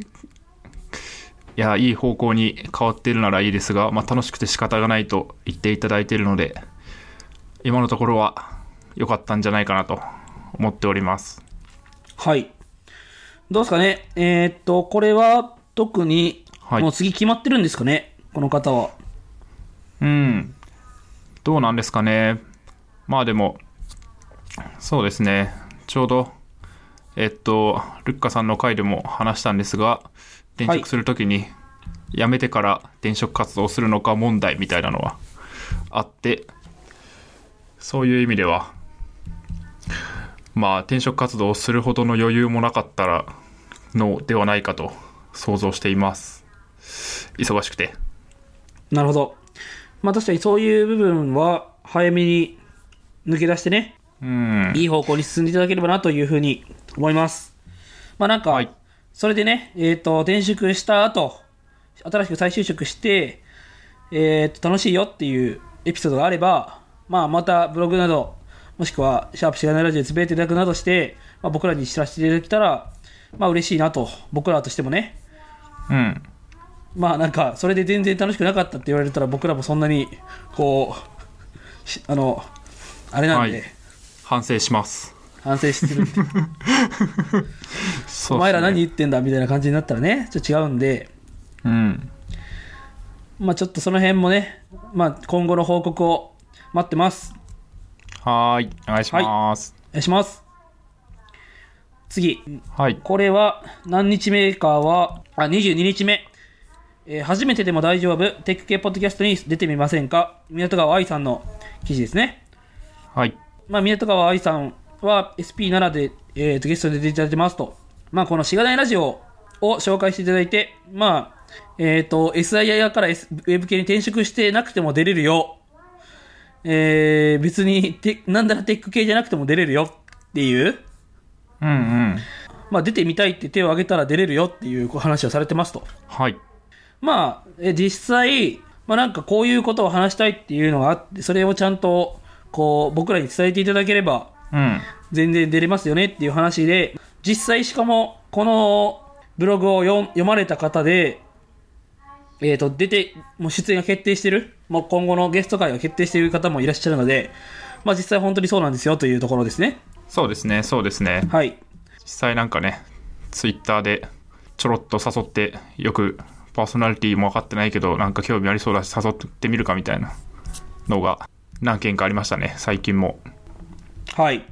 S1: いや、いい方向に変わっているならいいですが、まあ、楽しくて仕方がないと言っていただいているので、今のところは良かったんじゃないかなと思っております。
S2: はい。どうですかねえーっと、これは特に、
S1: はい
S2: もう次決まってるんですかねこの方は。
S1: うん。どうなんですかね。まあでも、そうですね。ちょうど、えっと、ルッカさんの回でも話したんですが、転職するときに、辞めてから転職活動するのか問題みたいなのはあって、そういう意味では、まあ転職活動をするほどの余裕もなかったらのではないかと想像しています。忙しくて。
S2: なるほど。まあ確かにそういう部分は早めに抜け出してね、
S1: うん。
S2: いい方向に進んでいただければなというふうに思います。まあなんか、
S1: はい
S2: それでね、えーっと、転職した後、新しく再就職して、えーっと、楽しいよっていうエピソードがあれば、まあまたブログなど、もしくは、シャープしがないラジオでつぶやいていただくなどして、まあ、僕らに知らせていただけたら、まあ嬉しいなと、僕らとしてもね、
S1: うん。
S2: まあなんか、それで全然楽しくなかったって言われたら、僕らもそんなに、こう、しあの、あれなんで、
S1: はい反省します。
S2: 反省してるんで、
S1: そう
S2: お
S1: っすね
S2: 前ら何言ってんだみたいな感じになったらね、ちょっと違うんで、
S1: うん。
S2: まあちょっとその辺もね、まあ今後の報告を待ってます。
S1: はーい。お願いします。
S2: お願いします。次。
S1: はい。
S2: これは、何日目かは、あ、22日目。えー初めてでも大丈夫。テック系ポッドキャストに出てみませんか港川愛さんの記事ですね。
S1: はい。
S2: まあ、港川愛さんは SP7 で、えーとゲストで出ていただいてますと。まあ、このしがないラジオを紹介していただいて、まあ、えっ、と、SIR から、S、ウェブ系に転職してなくても出れるよ。えー、別にテ、なんだらテック系じゃなくても出れるよっていう、
S1: うんうん。
S2: まあ、出てみたいって手を挙げたら出れるよっていう話をされてますと。
S1: はい。
S2: まあ、え実際、まあなんかこういうことを話したいっていうのがあって、それをちゃんと、こう、僕らに伝えていただければ、
S1: うん。
S2: 全然出れますよねっていう話で、実際しかも、このブログを読読まれた方で、えっ、と、出て、もう出演が決定してる、もう今後のゲスト会が決定している方もいらっしゃるので、まあ実際本当にそうなんですよというところですね。
S1: そうですね、そうですね。
S2: はい。
S1: 実際なんかね、ツイッターでちょろっと誘って、よくパーソナリティも分かってないけど、なんか興味ありそうだし誘ってみるかみたいなのが何件かありましたね、最近も。
S2: はい。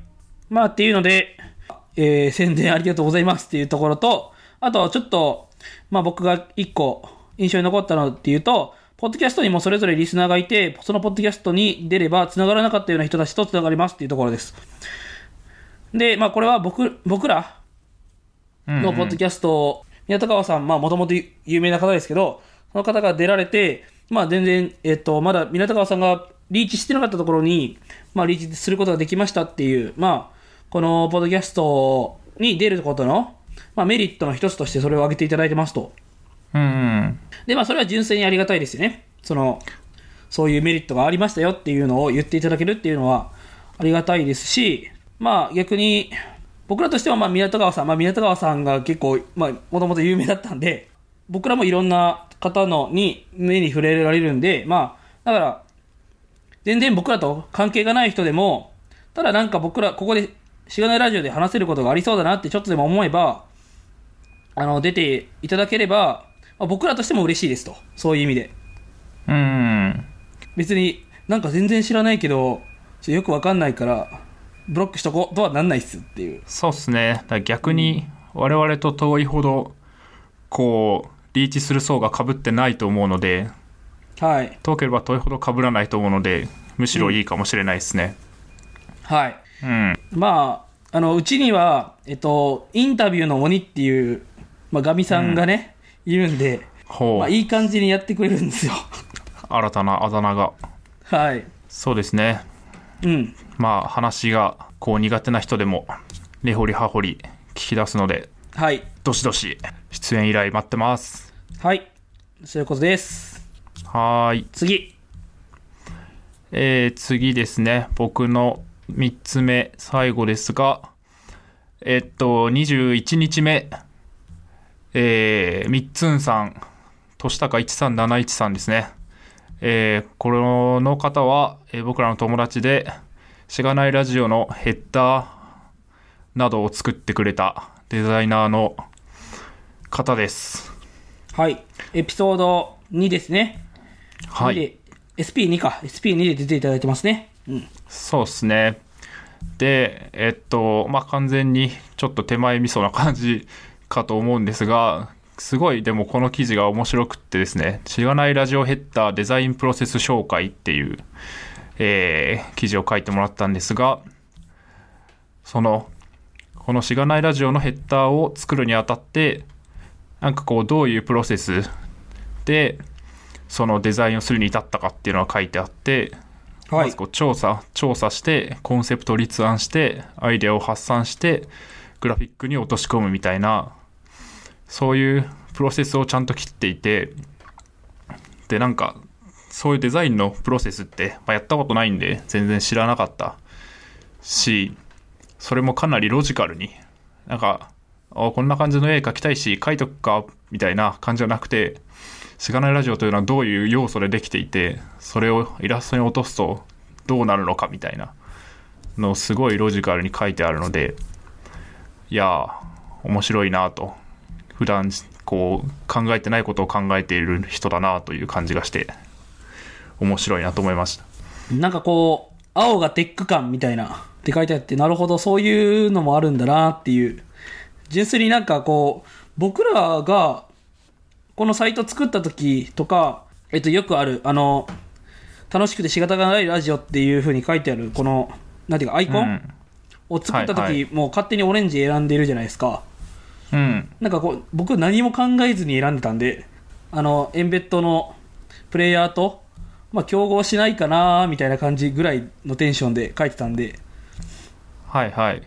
S2: まあっていうので、えー宣伝ありがとうございますっていうところと、あとちょっと、まあ僕が一個印象に残ったのっていうと、ポッドキャストにもそれぞれリスナーがいて、そのポッドキャストに出れば繋がらなかったような人たちと繋がりますっていうところです。で、まあこれは僕、僕ら
S1: うんうん
S2: のポッドキャストを、宮田川さん、まあもともと有名な方ですけど、その方が出られて、まあ全然、えっと、まだ宮田川さんがリーチしてなかったところに、まあリーチすることができましたっていう、まあ、このポッドキャストに出ることの、まあメリットの一つとしてそれを挙げていただいてますと。
S1: うんうん。
S2: で、まあそれは純粋にありがたいですよね。その、そういうメリットがありましたよっていうのを言っていただけるっていうのはありがたいですし、まあ逆に、僕らとしてはまあ港川さん、まあ港川さんが結構、まあもともと有名だったんで、僕らもいろんな方のに目に触れられるんで、まあ、だから、全然僕らと関係がない人でも、ただなんか僕ら、ここで、しがないラジオで話せることがありそうだなってちょっとでも思えば、あの、出ていただければ、まあ僕らとしても嬉しいですと。そういう意味で。
S1: うんうん。
S2: 別になんか全然知らないけど、ちょよくわかんないから、ブロックしとこうとはなんないっすっていう。
S1: そうっすね。だから逆に我々と遠いほど、こう、リーチする層が被ってないと思うので、
S2: はい。
S1: 遠ければ遠いほど被らないと思うので、むしろいいかもしれないですね。
S2: はい。
S1: うん。
S2: まあ、あの、うちには、えっと、インタビューの鬼っていう、まあ、ガミさんがね、いるんで、
S1: ほう、
S2: まあ、いい感じにやってくれるんですよ。
S1: 新たなあだ名が。
S2: はい。
S1: そうですね。
S2: うん。
S1: まあ話がこう苦手な人でも根掘り葉掘り聞き出すので
S2: はい。
S1: どしどし出演依頼待ってます
S2: はい。そういうことです。
S1: はーい、
S2: 次。
S1: えー、次ですね僕の3つ目最後ですがえっと21日目えー、みっつんさん年高1371さんですねえー、この方は、えー僕らの友達でしがないラジオのヘッダーなどを作ってくれたデザイナーの方です。
S2: はい。エピソード2ですね。
S1: は
S2: で
S1: い。。
S2: SP2 か。SP2 で出ていただいてますね。うん。
S1: そうですね。で、えっと、まあ、完全にちょっと手前味噌な感じかと思うんですが、すごいでもこの記事が面白くってですね、しがないラジオヘッダーデザインプロセス紹介っていう、えー記事を書いてもらったんですが、その、このしがないラジオのヘッダーを作るにあたって、なんかこう、どういうプロセスで、そのデザインをするに至ったかっていうのが書いてあって、
S2: は
S1: ま
S2: い
S1: ず。こう調査調査してコンセプトを立案してアイデアを発散してグラフィックに落とし込むみたいなそういうプロセスをちゃんと切っていてでなんかそういうデザインのプロセスって、まあやったことないんで全然知らなかったしそれもかなりロジカルになんかあこんな感じの絵描きたいし描いとくかみたいな感じじゃなくて「しがないラジオ」というのはどういう要素でできていてそれをイラストに落とすとどうなるのかみたいなのをすごいロジカルに書いてあるのでいやー面白いなと普段こう考えてないことを考えている人だなという感じがして面白いなと思いました。
S2: なんかこう、青がテック感みたいなって書いてあって、なるほど、そういうのもあるんだなっていう。純粋になんかこう、僕らが、このサイト作った時とか、えっと、よくある、あの、楽しくて仕方がないラジオっていう風に書いてある、この、なんていうか、アイコ
S1: う
S2: ン
S1: ん
S2: を作った時、
S1: はい
S2: もう勝手にオレンジ選んでるじゃないですか。
S1: うん
S2: なんかこう、僕何も考えずに選んでたんで、あの、エンベッドのプレイヤーと、まあ、競合しないかなーみたいな感じぐらいのテンションで書いてたんで、
S1: はいはい。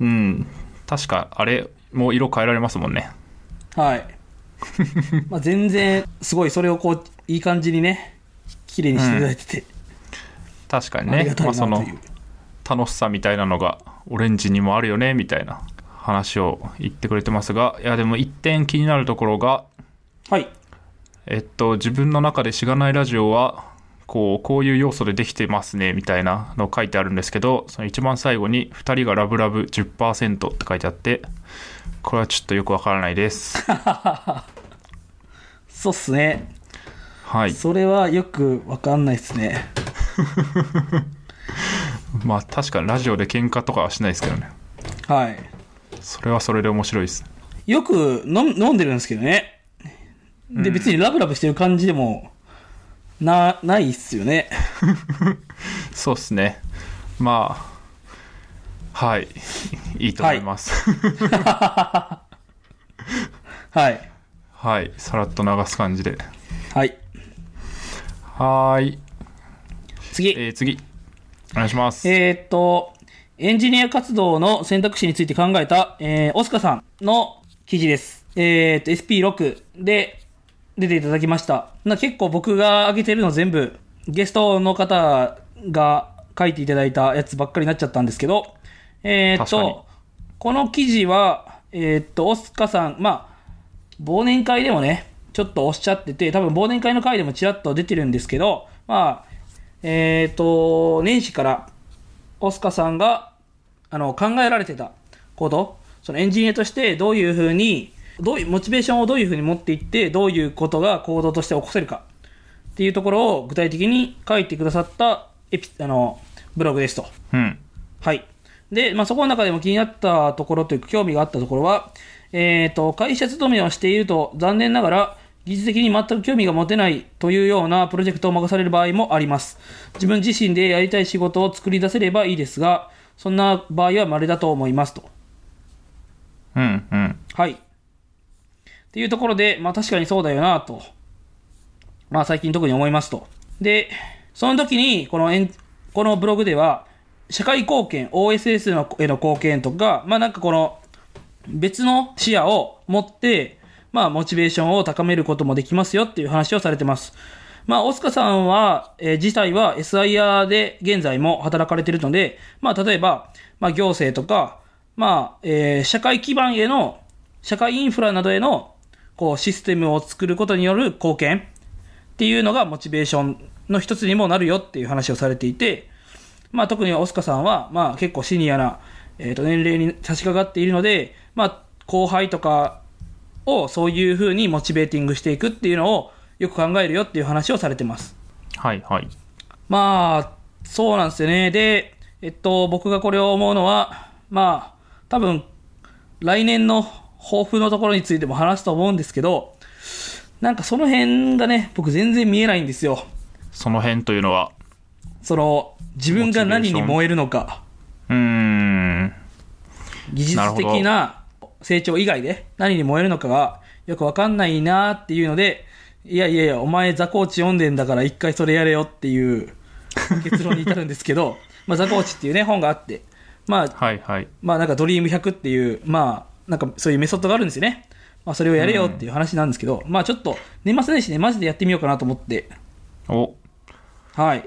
S1: うん。確か、あれも色変えられますもんね。
S2: はい。まあ全然、すごい、それをこう、いい感じにね、綺麗にしていただいてて、
S1: 確かに
S2: あり
S1: ね
S2: が。たいな
S1: まあ、そ
S2: と
S1: の
S2: いう。
S1: 楽しさみたいなのがオレンジにもあるよね、みたいな話を言ってくれてますが、いや、でも一点気になるところが、
S2: はい。
S1: えっと、自分の中でしがないラジオは、こう、こういう要素でできてますね、みたいなの書いてあるんですけど、その一番最後に、2人がラブラブ10%って書いてあって、これはちょっとよくわからないです。
S2: そうっすね。
S1: はい。
S2: それはよくわかんないっすね。
S1: まあ、確かにラジオで喧嘩とかはしないですけどね。
S2: はい。
S1: それはそれで面白いです。
S2: よく飲ん飲んでるんですけどね。で、別にラブラブしてる感じでも、な、ないっすよね。
S1: そうですね。まあ、はい。いいと思います。
S2: はい。
S1: はい、さらっと流す感じで。
S2: はい。
S1: はーい。
S2: 次。
S1: えー、次。お願いします。
S2: えーっと、エンジニア活動の選択肢について考えた、えー、オスカさんの記事です。えーっと、SP6 で出ていただきました。な結構僕が上げてるの全部、ゲストの方が書いていただいたやつばっかりになっちゃったんですけど、えーっ
S1: 確かに
S2: と、この記事は、えーっと、オスカさん、まあ、忘年会でもね、ちょっとおっしゃってて、多分忘年会の回でもちらっと出てるんですけど、まあ、えっ、と、年始から、オスカさんが、あの、考えられてたこと、そのエンジニアとしてどういうふうに、どういう、モチベーションをどういうふうに持っていって、どういうことが行動として起こせるか、っていうところを具体的に書いてくださったエピ、あの、ブログですと。
S1: うん。
S2: はい。で、まあ、そこの中でも気になったところというか、興味があったところは、えっ、と、会社勤めをしていると、残念ながら、技術的に全く興味が持てないというようなプロジェクトを任される場合もあります。自分自身でやりたい仕事を作り出せればいいですが、そんな場合は稀だと思いますと。
S1: うん。うん。
S2: はい。っていうところで、まあ確かにそうだよなと。まあ最近特に思いますと。で、その時に、このエン、このブログでは、社会貢献、OSS のへの貢献とか、まあなんかこの、別の視野を持って、まあ、モチベーションを高めることもできますよっていう話をされてます。まあ、オスカさんは、えー自体は SIR で現在も働かれてるので、まあ、例えば、まあ、行政とか、まあ、えー社会基盤への、社会インフラなどへの、こう、システムを作ることによる貢献っていうのがモチベーションの一つにもなるよっていう話をされていて、まあ、特にオスカさんは、まあ、結構シニアな、えー、と年齢に差し掛かっているので、まあ、後輩とかをそういうふうにモチベーティングしていくっていうのをよく考えるよっていう話をされてます。
S1: はい、はい。
S2: まあ、そうなんですよね。で、えっと、僕がこれを思うのは、まあ、多分、来年の抱負のところについても話すと思うんですけど、なんかその辺がね、僕全然見えないんですよ。
S1: その辺というのは、
S2: その、自分が何に燃えるのか。
S1: うーん。
S2: 技術的な成長以外で何に燃えるのかがよくわかんないなっていうので、いやいやいや、お前ザコーチ読んでんだから一回それやれよっていう結論に至るんですけど、 まあザコーチっていうね、本があって、まあ、
S1: はい、はい。
S2: まあなんかドリーム100っていう、まあなんかそういうメソッドがあるんですよね。まあそれをやれよっていう話なんですけど、まあちょっと年末年始ね、マジでやってみようかなと思って、
S1: お、
S2: はい。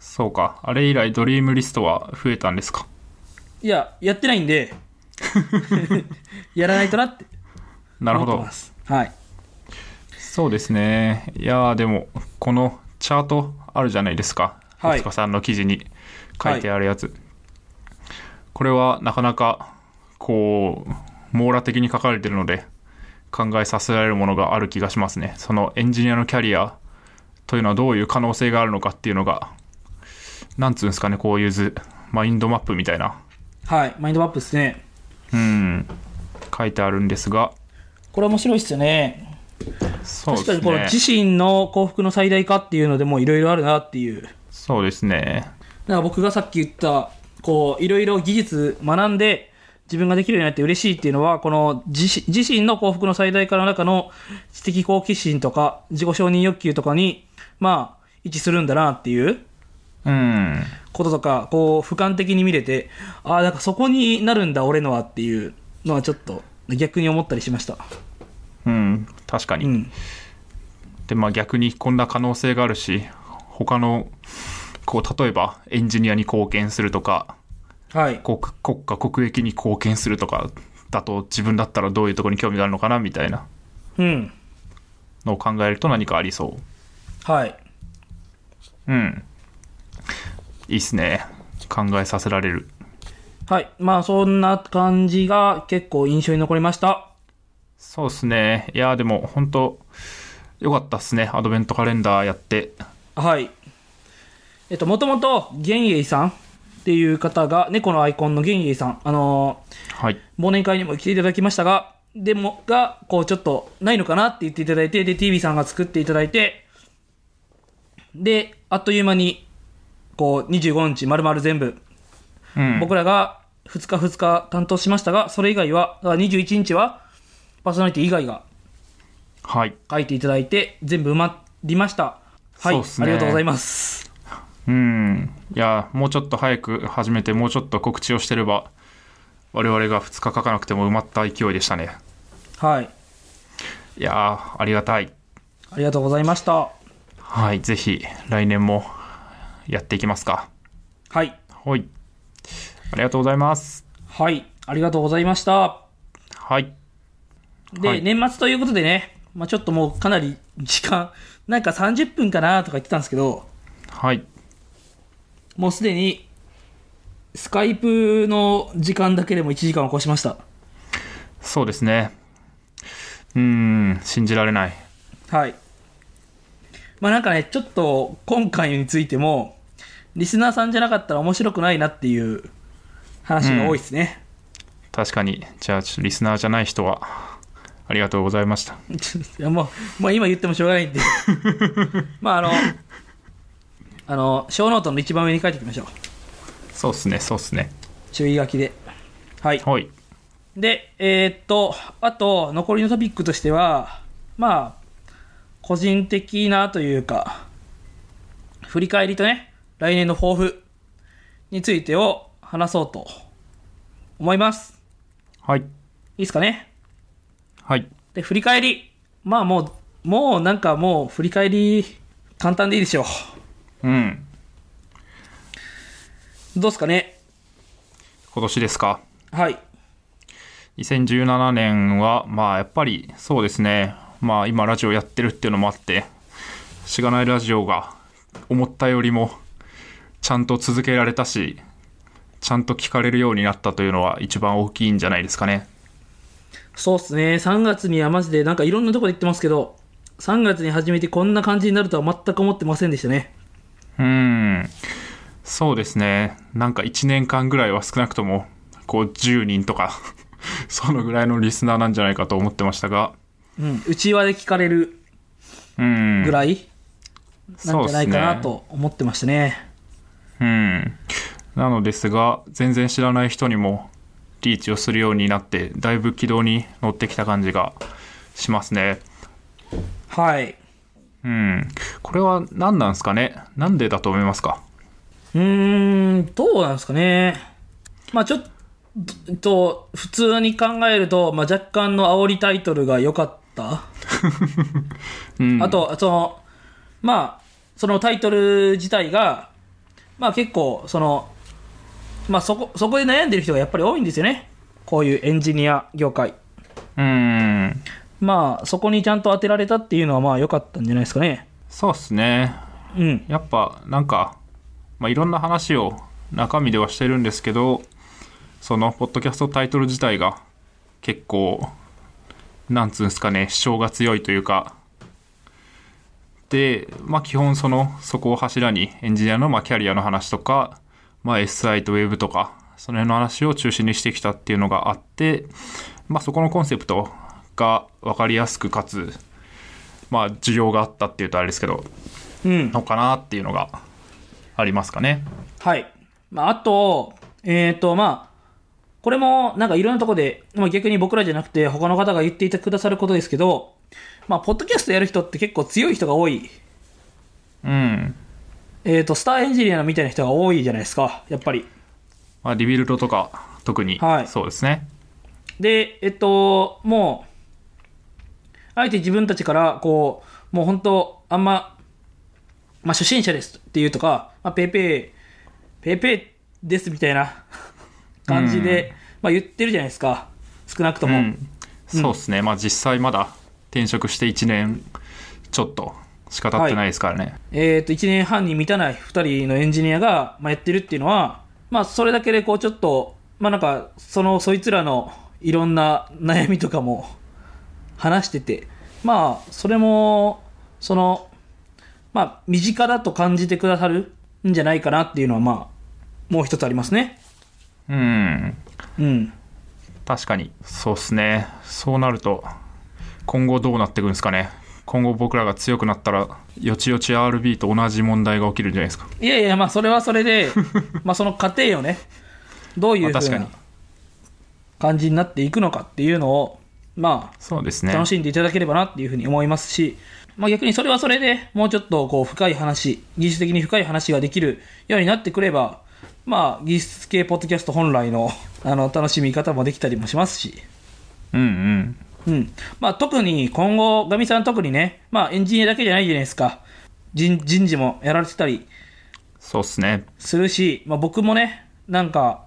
S1: そうか。あれ以来ドリームリストは増えたんですか。
S2: いや、やってないん で、やらないとなって
S1: なる
S2: 思
S1: ほ
S2: って
S1: ど
S2: ま。す。はい。
S1: そうですね。いやーでも、このチャートあるじゃないですか。
S2: はい
S1: 大塚さんの記事に書いてあるやつ。これはなかなか、こう、網羅的に書かれてるので、考えさせられるものがある気がしますね。そのエンジニアのキャリアというのはどういう可能性があるのかっていうのが、なんつうんですかね、こういう図、マインドマップみたいな、
S2: はい。マインドマップですね。
S1: うん、書いてあるんですが、
S2: これ面白いっすよね。
S1: そうで
S2: 確
S1: す
S2: か
S1: ね。
S2: にこの自身の幸福の最大化っていうのでもいろいろあるなっていう。
S1: そうですね。
S2: なんか僕がさっき言った、こう、いろいろ技術学んで自分ができるようになって嬉しいっていうのは、この自身自身の幸福の最大化の中の知的好奇心とか自己承認欲求とかに、まあ、位置するんだなっていう
S1: うん。
S2: こととか、こう、俯瞰的に見れて、ああ、なんかそこになるんだ俺のはっていうのはちょっと逆に思ったりしました。
S1: うん、確かに。
S2: うん。
S1: で、まあ逆にこんな可能性があるし、他の、こう、例えばエンジニアに貢献するとか、
S2: はい。
S1: 国国家国益に貢献するとかだと自分だったらどういうところに興味があるのかなみたいな
S2: うん。
S1: のを考えると何かありそ
S2: はい。
S1: う。うん。いいっすね。考えさせられる。
S2: はい。まあ、そんな感じが結構印象に残りました。
S1: そうっすね。いやーでも本当よかったっすね。アドベントカレンダーやって。
S2: はい。えっと、もともと、玄英さんっていう方が、猫のアイコンの玄英さん、あの
S1: はい。
S2: ー忘年会にも来ていただきましたが、でも、が、こう、ちょっと、ないのかなって言っていただいて、で、TV さんが作っていただいて、で、あっという間に、こう、25日丸々全部、
S1: うん。
S2: 僕らが2日2日担当しましたが、それ以外は、だから21日は、パーソナリティ以外が
S1: はい。
S2: 書いていただいて、全部埋まりました。はい、
S1: そうっす
S2: あり
S1: ね
S2: がとうございます。
S1: うん、いや、もうちょっと早く始めて、もうちょっと告知をしてれば、我々が2日書かなくても埋まった勢いでしたね。
S2: はい、
S1: いやー、ありがたい。
S2: ありがとうございました。
S1: はい、ぜひ、来年もやっていきますか。
S2: はい、
S1: はい。ありがとうございます。
S2: はい、ありがとうございました。
S1: はい。
S2: で、
S1: はい
S2: 年末ということでね、まあ、ちょっともうかなり時間、 なんか30分かなとか言ってたんですけど、
S1: はい。
S2: もうすでに、スカイプの時間だけでも1時間を越しました。
S1: そうですね。うーん、信じられない。
S2: はい。まあなんかね、ちょっと今回についても、リスナーさんじゃなかったら面白くないなっていう話が多いですね。
S1: 確かに、じゃあ、ちょっとリスナーじゃない人は、ありがとうございました。
S2: いやもう、まあ、今言ってもしょうがないんで。まああの、あの、小ノートの一番上に書いておきましょう。
S1: そうっすね、そうっすね。
S2: 注意書きで。はい。
S1: はい。
S2: で、えーっと、あと、残りのトピックとしては、まあ、個人的なというか、振り返りとね、来年の抱負についてを話そうと思います。
S1: はい。
S2: いいですかね
S1: はい。
S2: で、振り返り。まあもう、もうなんかもう振り返り簡単でいいでしょ
S1: うん。
S2: う。どうっすかね
S1: 今年ですか。
S2: はい。
S1: 2017年は、まあやっぱりそうですね、まあ今ラジオやってるっていうのもあって、しがないラジオが思ったよりもちゃんと続けられたし、ちゃんと聞かれるようになったというのは一番大きいんじゃないですかね。
S2: そうっすね。3月にはマジでなんかいろんなとこで言ってますけど、3月に始めてこんな感じになるとは全く思ってませんでしたね。
S1: うーん、そうですね、なんか1年間ぐらいは少なくとも、こう10人とか、 そのぐらいのリスナーなんじゃないかと思ってましたが、
S2: うん。内輪で聞かれる
S1: うーん。
S2: ぐらいなんじゃないか
S1: そうっす
S2: な
S1: ね
S2: と思ってましたね。
S1: うん。なのですが、全然知らない人にもリーチをするようになって、だいぶ軌道に乗ってきた感じがしますね。
S2: はい。
S1: うん。これは何なんですかねなんでだと思いますか
S2: うーん、どうなんですかね。まあちょっと、普通に考えると、まあ若干の煽りタイトルが良かった。
S1: うん。
S2: あと、その、まあ、そのタイトル自体が、まあ結構、その、まあそこ、そこで悩んでる人がやっぱり多いんですよね。こういうエンジニア業界。
S1: うん
S2: まあそこにちゃんと当てられたっていうのはまあ良かったんじゃないですかね。
S1: そうっすね
S2: うん。
S1: やっぱなんか、まあ、いろんな話を中身ではしてるんですけどそのポッドキャストタイトル自体が結構なんつうんですかね主張が強いというかで、まあ、基本そのそこを柱にエンジニアのまあキャリアの話とか、まあ、SI と Web とかその辺の話を中心にしてきたっていうのがあって、まあ、そこのコンセプトが分かりやすくかつ、まあ、需要があったっていうとあれですけど
S2: うん。
S1: のかなっていうのがありますかね。
S2: はい。まああと、えっ、とまあ、これもなんかいろんなとこで、まあ逆に僕らじゃなくて他の方が言っていてくださることですけど、まあポッドキャストやる人って結構強い人が多い。
S1: うん。
S2: えっ、と、スターエンジニアみたいな人が多いじゃないですか、やっぱり。
S1: まあ、リビルドとか特に
S2: はい
S1: そうですね。
S2: で、えっと、もう、あえて自分たちから、こう、もう本当、あんま、まあ、初心者ですっていうとか、まあ、ペイペイ、ペイペイですみたいな 感じで、まあ、言ってるじゃないですか。少なくと
S1: う
S2: も。
S1: ん。そうですね。まあ実際まだ転職して1年ちょっとしか経ってないですからね。
S2: えっと、1年半に満たない2人のエンジニアが、まあ、やってるっていうのは、まあ、それだけで、こう、ちょっと、まあ、なんか、その、そいつらのいろんな悩みとかも話してて、まあ、それも、その、まあ、身近だと感じてくださるんじゃないかなっていうのは、まあ、もう一つありますね。
S1: うん。
S2: うん。
S1: 確かに。そうですね。そうなると、今後どうなっていくんですかね。今後僕らが強くなったら、よちよち RB と同じ問題が起きるんじゃないですか。
S2: いやいや、まあ、それはそれで、 まあ、その過程をね、どうい
S1: ま
S2: う
S1: あ、
S2: ふ
S1: 確
S2: う
S1: かに
S2: な。感じになっていくのかっていうのを、まあ、
S1: そうですね。
S2: 楽しんでいただければなっていうふうに思いますし、まあ、逆にそれはそれでもうちょっとこう深い話、技術的に深い話ができるようになってくれば、まあ、技術系ポッドキャスト本来のあの楽しみ方もできたりもしますし、
S1: うんうん。
S2: うんまあ、特に今後、ガミさん特にね、まあ、エンジニアだけじゃないじゃないですか、人人事もやられてたり
S1: そうですね。
S2: するし、まあ、僕もね、なんか、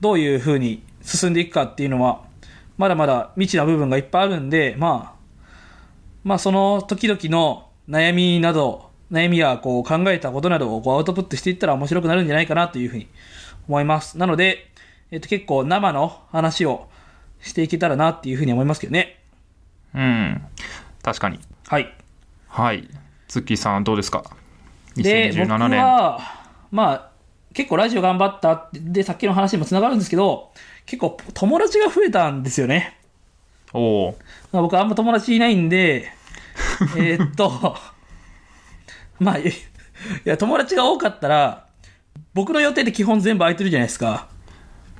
S2: どういうふうに進んでいくかっていうのは、まだまだ未知な部分がいっぱいあるんで、まあ、まあ、その時々の悩みなど、悩みやこう考えたことなどをこうアウトプットしていったら面白くなるんじゃないかなというふうに思います。なので、えっと、結構生の話をしていけたらなっていうふうに思いますけどね。
S1: うん。確かに。
S2: はい。
S1: はい。ツッキーさんどうですか
S2: で、僕
S1: ?2017 年。
S2: は、まあ、結構ラジオ頑張ったってで、さっきの話にもつながるんですけど、結構友達が増えたんですよね。
S1: おお
S2: まあ僕あんま友達いないん で、えーっと、まあ、いいや、友達が多かったら、僕の予定って基本全部空いてるじゃないですか。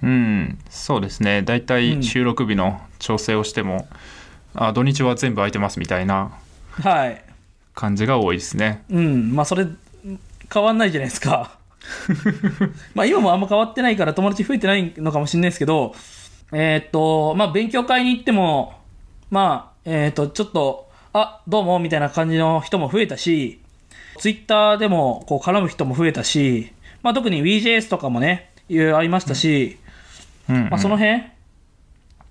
S1: うん、そうですね。だいたい収録日の調整をしても、あ土日は全部空いてますみたいな
S2: はい。
S1: 感じが多いですね。
S2: うん、まあそれ、変わんないじゃないです か。まあ今もあんま変わってないから友達増えてないのかもしれないですけど、えーっと、まあ勉強会に行っても、まあ、えーっと、ちょっと、あ、どうも、みたいな感じの人も増えたし、ツイッターでもこう絡む人も増えたし、まあ特に WeJS とかもね、いろいろありましたし、
S1: うん、うん
S2: まあその辺、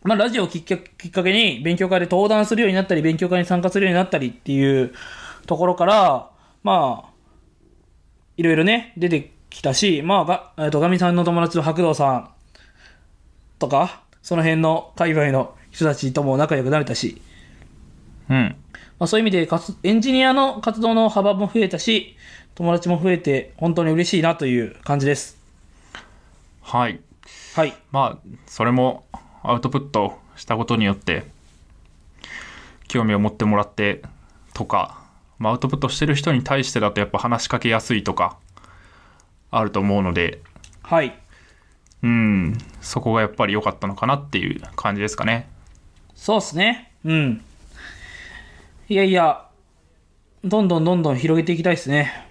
S2: まあラジオをきっかきっかけに勉強会で登壇するようになったり、勉強会に参加するようになったりっていうところから、まあ、いろいろね、出てきたし、まあが、えっと、ガミさんの友達の白道さんとか、その辺の界隈の人たちとも仲良くなれたし、
S1: うん、
S2: まあ、そういう意味で活エンジニアの活動の幅も増えたし、友達も増えて本当に嬉しいなという感じです。
S1: はい。
S2: はい。
S1: まあ、それもアウトプットしたことによって、興味を持ってもらってとか、まあ、アウトプットしてる人に対してだとやっぱ話しかけやすいとか、あると思うので、
S2: はい。
S1: うん、そこがやっぱり良かったのかなっていう感じですかね。
S2: そうっすね。うん。いやいや、どんどんどんどん広げていきたいですね。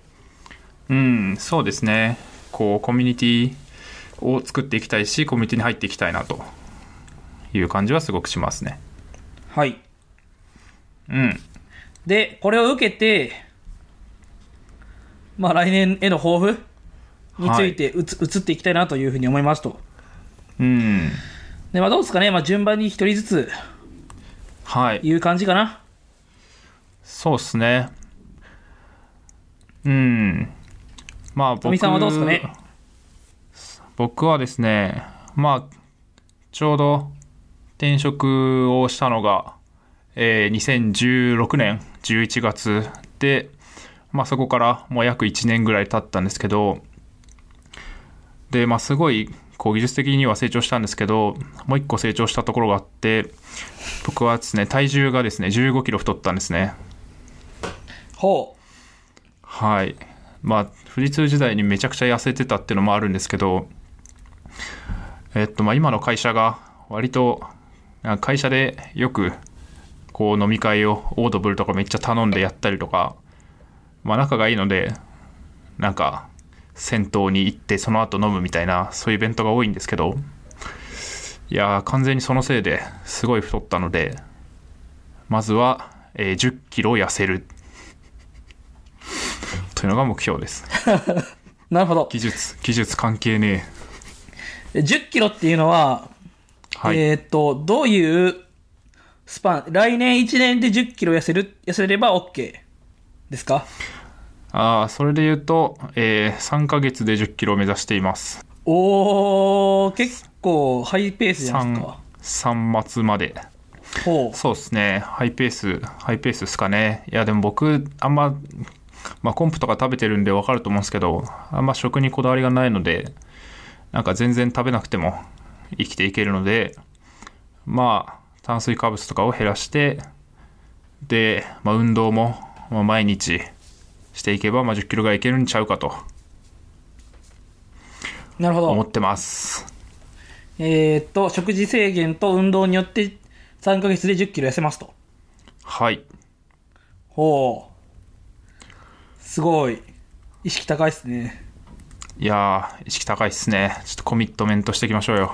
S1: うん、そうですね。こう、コミュニティを作っていきたいし、コミュニティに入っていきたいなという感じはすごくしますね。
S2: はい。
S1: うん。
S2: で、これを受けて、まあ来年への抱負についてうつ、移っていきたいなというふうに思いますと。
S1: うん。
S2: で、まあどうですかね、まあ順番に一人ずつ
S1: はい。
S2: 言う感じかな。
S1: そうですね。うん。まあ僕
S2: 富さんはどうですかね
S1: 僕はですね、まあ、ちょうど転職をしたのが、えー2016年11月で、まあそこからもう約1年ぐらい経ったんですけど、で、まあすごい、こう技術的には成長したんですけど、もう一個成長したところがあって、僕はですね、体重がですね、15キロ太ったんですね。
S2: ほう。
S1: はい。まあ、富士通時代にめちゃくちゃ痩せてたっていうのもあるんですけど、えっと、まあ今の会社が割と、あ会社でよく、こう飲み会をオードブルとかめっちゃ頼んでやったりとか、まあ仲がいいので、なんか、銭湯に行ってその後飲むみたいな、そういうイベントが多いんですけど、いやー完全にそのせいですごい太ったので、まずは、えー10キロ痩せるというのが目標です。
S2: なるほど。
S1: 技術技術関係ね
S2: で10キロっていうのは、
S1: えはい、
S2: えーっと、どういうスパン、来年1年で10キロ痩せる、痩せれば OK ですか
S1: ああそれで言うと、えー、3ヶ月で1 0キロを目指しています
S2: おー、結構ハイペースじゃないです
S1: 3
S2: か。
S1: 3末まで
S2: ほう。
S1: そうですねハイペースハイペースですかねいやでも僕あんま、まあ、コンプとか食べてるんで分かると思うんですけどあんま食にこだわりがないのでなんか全然食べなくても生きていけるのでまあ炭水化物とかを減らしてで、まあ、運動も、まあ、毎日していけば、まあ、1 0キロがいけるんちゃうかと
S2: なるほ
S1: 思
S2: ど。
S1: ってます
S2: えーっと、食事制限と運動によって3ヶ月で10キロ痩せますと。
S1: はい
S2: ほう。すごい。意識高いっすね。
S1: いやー意識高いっすねちょっとコミットメントしていきましょうよ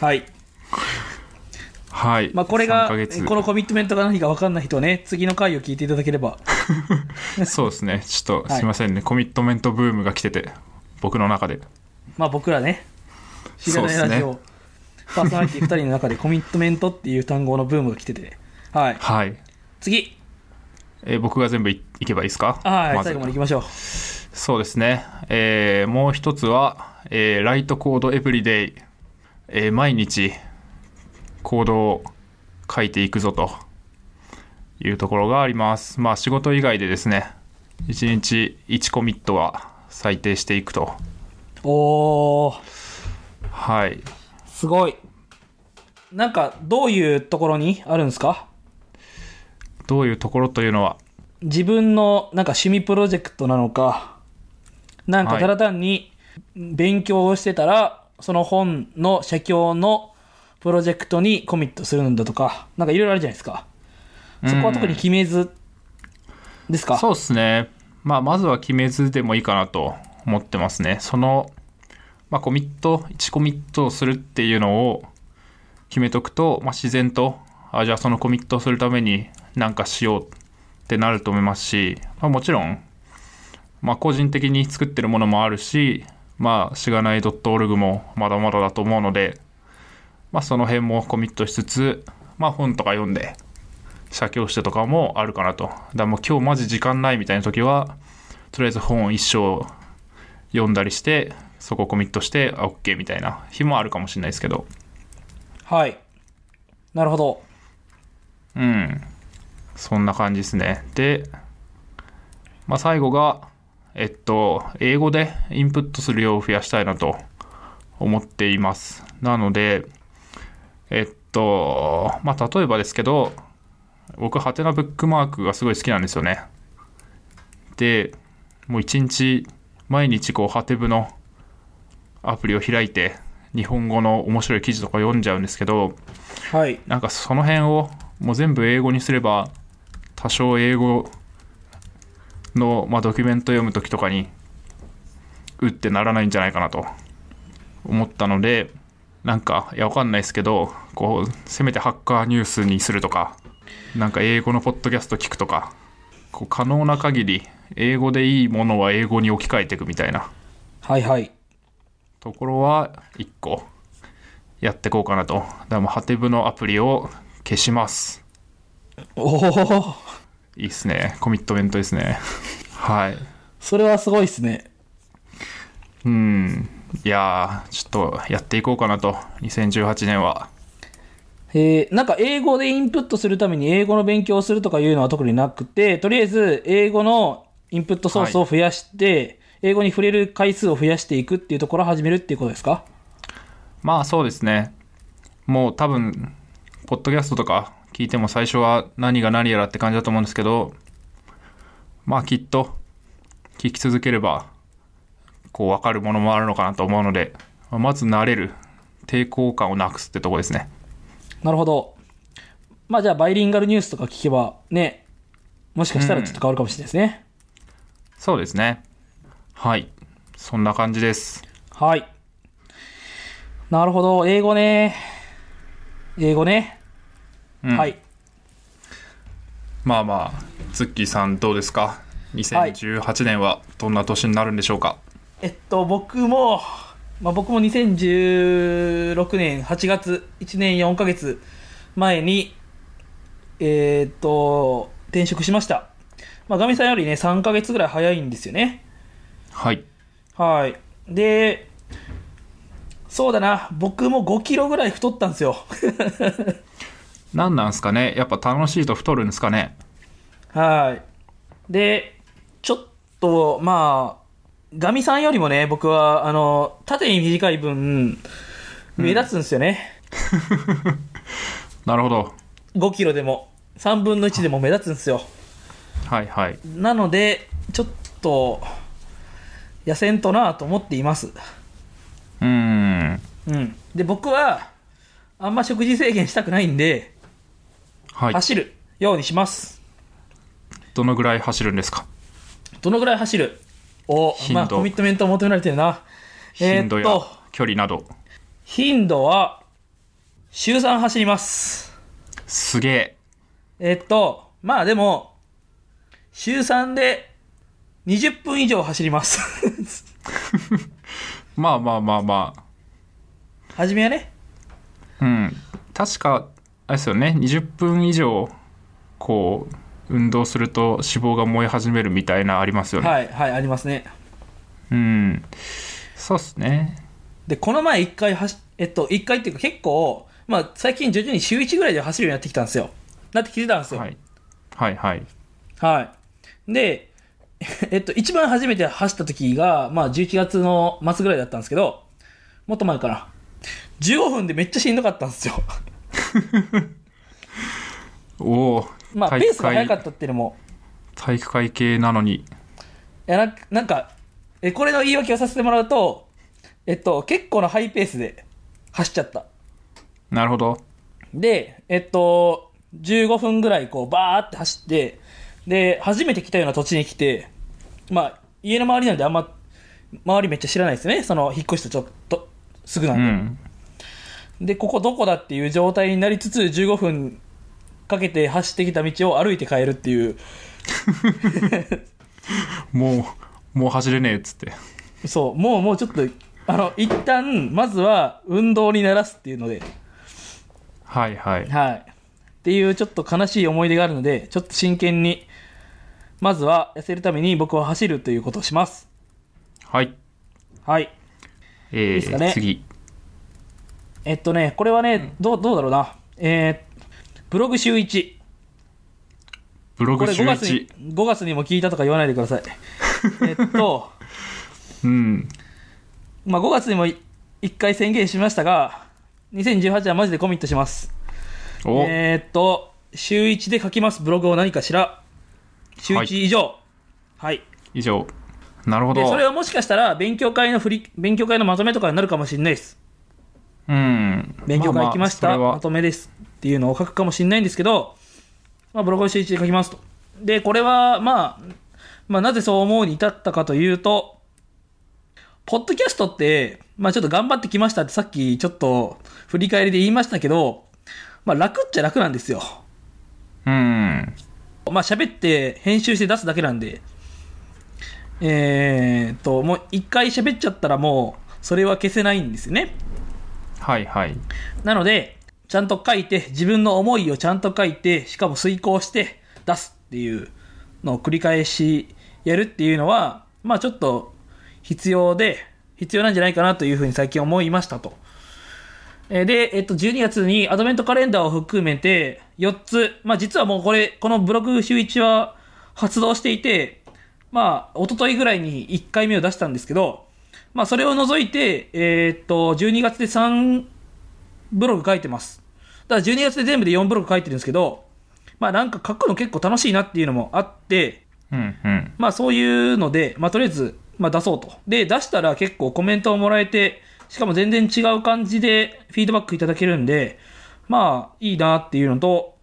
S2: はい。
S1: はい
S2: まあ、これが、
S1: 3ヶ
S2: え
S1: 月
S2: このコミットメントが何か分かんない人はね、次の回を聞いていただけれ ば。
S1: そうで すねちょっと
S2: はい
S1: すいませんね、コミットメントブームが来てて僕の中で
S2: まあ、僕らね、知らない
S1: そうっすね
S2: ラジオ、パーソナリティ2人の中でコミットメントっていう単語のブームが来てて、ね、はい。
S1: はい、
S2: 次。
S1: えー僕が全部いいけばいいですか
S2: はい、
S1: まず
S2: 最後まで行きましょう。
S1: そうですね、えーもう一つは、えーライトコードエブリデイ、えー毎日コードを書いていくぞというところがありますまあ仕事以外でですね1日1コミットは最低していくと
S2: おー、
S1: はい
S2: すごい。なんか、どういうところにあるんですか
S1: どういうところというのは
S2: 自分のなんか趣味プロジェクトなのか、なんか
S1: はい
S2: ただ単に勉強をしてたら、その本の写経のプロジェクトにコミットするんだとか、なんかいろいろあるじゃないですか。そこは特に決めずですか、
S1: そうですね。まあ、まずは決めずでもいいかなと思ってますね。その、まあ、コミット、1コミットをするっていうのを決めとくと、まあ、自然と、あ、じゃあそのコミットをするために何かしようってなると思いますし、まあ、もちろん、まあ、個人的に作ってるものもあるし、まあ、しがない .org もまだまだだと思うので、まあ、その辺もコミットしつつ、まあ、本とか読んで、写経してとかもあるかなと。だからもう今日マジ時間ないみたいな時は、とりあえず本を一生読んだりして、そこコミットして、あ、OK みたいな日もあるかもしれないですけど。
S2: はい。なるほど。
S1: うん。そんな感じですね。で、まあ最後が、えっと、英語でインプットする量を増やしたいなと思っています。なので、えっと、まあ例えばですけど、僕、ハテナブックマークがすごい好きなんですよね。で、もう一日、毎日こう、ハテブのアプリを開いて、日本語の面白い記事とか読んじゃうんですけど、
S2: はい。
S1: なんかその辺をもう全部英語にすれば多少英語の、まあ、ドキュメント読む時とかにうってならないんじゃないかなと思ったのでなんかいやわかんないですけどこうせめてハッカーニュースにするとかなんか英語のポッドキャスト聞くとかこう可能な限り英語でいいものは英語に置き換えていくみたいな
S2: はいはい。
S1: ところは1個やってこうかなと。だからもうハテブのアプリを消します。
S2: おお
S1: いいっすね。コミットメントですね。はい。
S2: それはすごいですね
S1: うん。いやー、ちょっとやっていこうかなと。2018年は。
S2: えー、なんか英語でインプットするために英語の勉強をするとかいうのは特になくてとりあえず英語のインプットソースを増やして、英語に触れる回数を増やしていくっていうところを始めるっていうことですか
S1: まあそうですね。もう多分、ポッドキャストとか聞いても最初は何が何やらって感じだと思うんですけど、まあきっと、聞き続ければ、こう分かるものもあるのかなと思うので、まず慣れる。抵抗感をなくすってとこですね。
S2: なるほどまあじゃあバイリンガルニュースとか聞けばねもしかしたらちょっと変わるかもしれないですね、
S1: そうですね。はい。そんな感じです。
S2: はいなるほど英語ね英語ね、
S1: うん
S2: はい
S1: まあまあ、ツッキーさんどうですか
S2: はい
S1: ?2018 年はどんな年になるんでしょうか、
S2: えっと、僕も、まあ、僕も2016年8月、1年4ヶ月前に、えーっと、転職しました。まあ、ガミさんよりね、3ヶ月ぐらい早いんですよね。
S1: はい。
S2: はい。で、そうだな、僕も5キロぐらい太ったんですよ。
S1: 何なんすかねやっぱ楽しいと太るんですかね
S2: はい。で、ちょっと、まあ、ガミさんよりもね、僕は、あの、縦に短い分、目立つんですよね。
S1: なるほど。
S2: 5キロでも3分の1でも目立つんですよ
S1: はいはい。
S2: なのでちょっと痩せんとなぁと思っています
S1: うーん。
S2: うんで僕はあんま食事制限したくないんで、
S1: はい。
S2: 走るようにします
S1: どのぐらい走るんですか
S2: どのぐらい走るお
S1: 頻度
S2: まあコミットメント求められてるな
S1: 頻度や
S2: えーっと
S1: 距離など。
S2: 頻度は週3走ります
S1: すげえ。
S2: えーっとまあでも週3で20分以上走ります
S1: まあまあまあま
S2: 初めはね
S1: あ。うん。確か、あれですよね。20分以上、こう、運動すると脂肪が燃え始めるみたいなありますよね。
S2: はいはいありますね
S1: うん。そうっすね。
S2: で、この前一回走、えっと、一回っていうか結構、まあ最近徐々に週1ぐらいで走るようになってきたんですよ。なってきてたんですよ。
S1: は
S2: はい。
S1: い。はいはい。
S2: で、 えっと、一番初めて走った時が、まあ11月の末ぐらいだったんですけど、もっと前かな。15分でめっちゃしんどかったんですよ。
S1: おお。
S2: まあ、
S1: 体
S2: ペー
S1: 育
S2: スが速か
S1: 会、
S2: ったっていうのも、
S1: 体育会系なのに。
S2: いや、なんかなんか、え、これの言い訳をさせてもらうと、えっと、結構なハイペースで走っちゃった。
S1: なるほど。
S2: で、えっと、15分ぐらいこうバーって走って、で、初めて来たような土地に来て、まあ、家の周りなんであんま、周りめっちゃ知らないですよね。その、引っ越したちょっと、すぐな
S1: うん
S2: で。
S1: ん。
S2: で、ここどこだっていう状態になりつつ、15分かけて走ってきた道を歩いて帰るっていう、
S1: もう、もう走れねえっつって。
S2: そう、もうもうちょっと、あの、一旦、まずは運動にならすっていうので、
S1: はいはい。
S2: はい。っていうちょっと悲しい思い出があるので、ちょっと真剣に、まずは痩せるために僕は走るということをします。
S1: はい。
S2: はい。
S1: え
S2: っすか
S1: ー、
S2: ね
S1: 次。
S2: えっとね、これはね、どう、どうだろうな。えー、ブログ週1。
S1: ブロ
S2: こ
S1: グ
S2: れ
S1: 週
S2: 5月に
S1: 1。、
S2: 5月にも聞いたとか言わないでくだ さい。えっと、
S1: うん。
S2: まあ、5月にも1回宣言しましたが、2018はマジでコミットします。
S1: お、
S2: えーっと、週1で書きますブログを何かしら。週1以上。はい
S1: 以上。なるほ
S2: で
S1: ど
S2: それ。はもしかしたら勉強会の振り勉強会のまとめとかになるかもしれないです
S1: うん。
S2: 勉強会行きました、
S1: あ
S2: ま
S1: あそ
S2: とめですっていうのを書くかもしれないんですけど、まあ、ブログを週一で書きますとでこれは、まあ、まあなぜそう思うに至ったかというとポッドキャストって、まあ、ちょっと頑張ってきましたってさっきちょっと振り返りで言いましたけど、まあ、楽っちゃ楽なんですよ
S1: れはうん。
S2: まあ喋って編集して出すだけなんで、えーっと、もう一回喋っちゃったらもう、それは消せないんですよね。
S1: はいはい。
S2: なので、ちゃんと書いて、自分の思いをちゃんと書いて、しかも遂行して出すっていうのを繰り返しやるっていうのは、まあちょっと必要で、必要なんじゃないかなというふうに最近思いましたと。えーで、えっと、12月にアドベントカレンダーを含めて、4つ、まあ実はもうこれ、このブログ週1は発動していて、まあ、一昨日ぐらいに1回目を出したんですけど、まあそれを除いて、えーっと、12月で3、ブログ書いてます。だから12月で全部で4ブログ書いてるんですけど、まあなんか書くの結構楽しいなっていうのもあって、
S1: うんうん。
S2: まあそういうので、まあとりあえず、まあ出そうと。で、出したら結構コメントをもらえて、しかも全然違う感じでフィードバックいただけるんで、まあいいなっていうのと、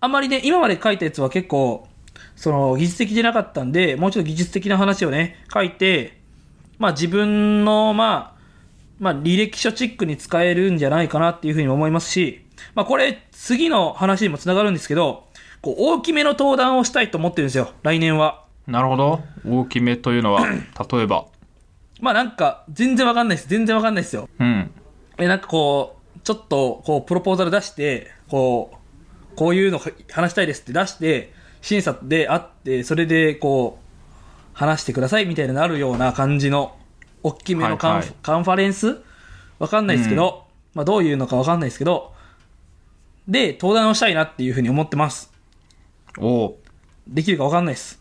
S2: あんまりね、今まで書いたやつは結構、その技術的じゃなかったんで、もうちょっと技術的な話をね、書いて、まあ自分の、まあ、まあ履歴書チックに使えるんじゃないかなっていうふうに思いますし、まあこれ次の話にもつながるんですけど、こう大きめの登壇をしたいと思ってるんですよ、来年は。
S1: なるほど。大きめという のは、例えば。
S2: まあなんか、全然わかんないです。全然わかんないですよ。
S1: うん。
S2: え、なんかこう、ちょっと、こう、プロポーザル出して、こう、こういうの話したいですって出して、審査であって、それで、こう、話してくださいみたいになるような感じの、大きめのカン,、
S1: はいはい
S2: カンファレンスわかんないですけど、まあどういうのかわかんないですけど、で、登壇をしたいなっていうふうに思ってます。
S1: おう
S2: できるかわかんないです。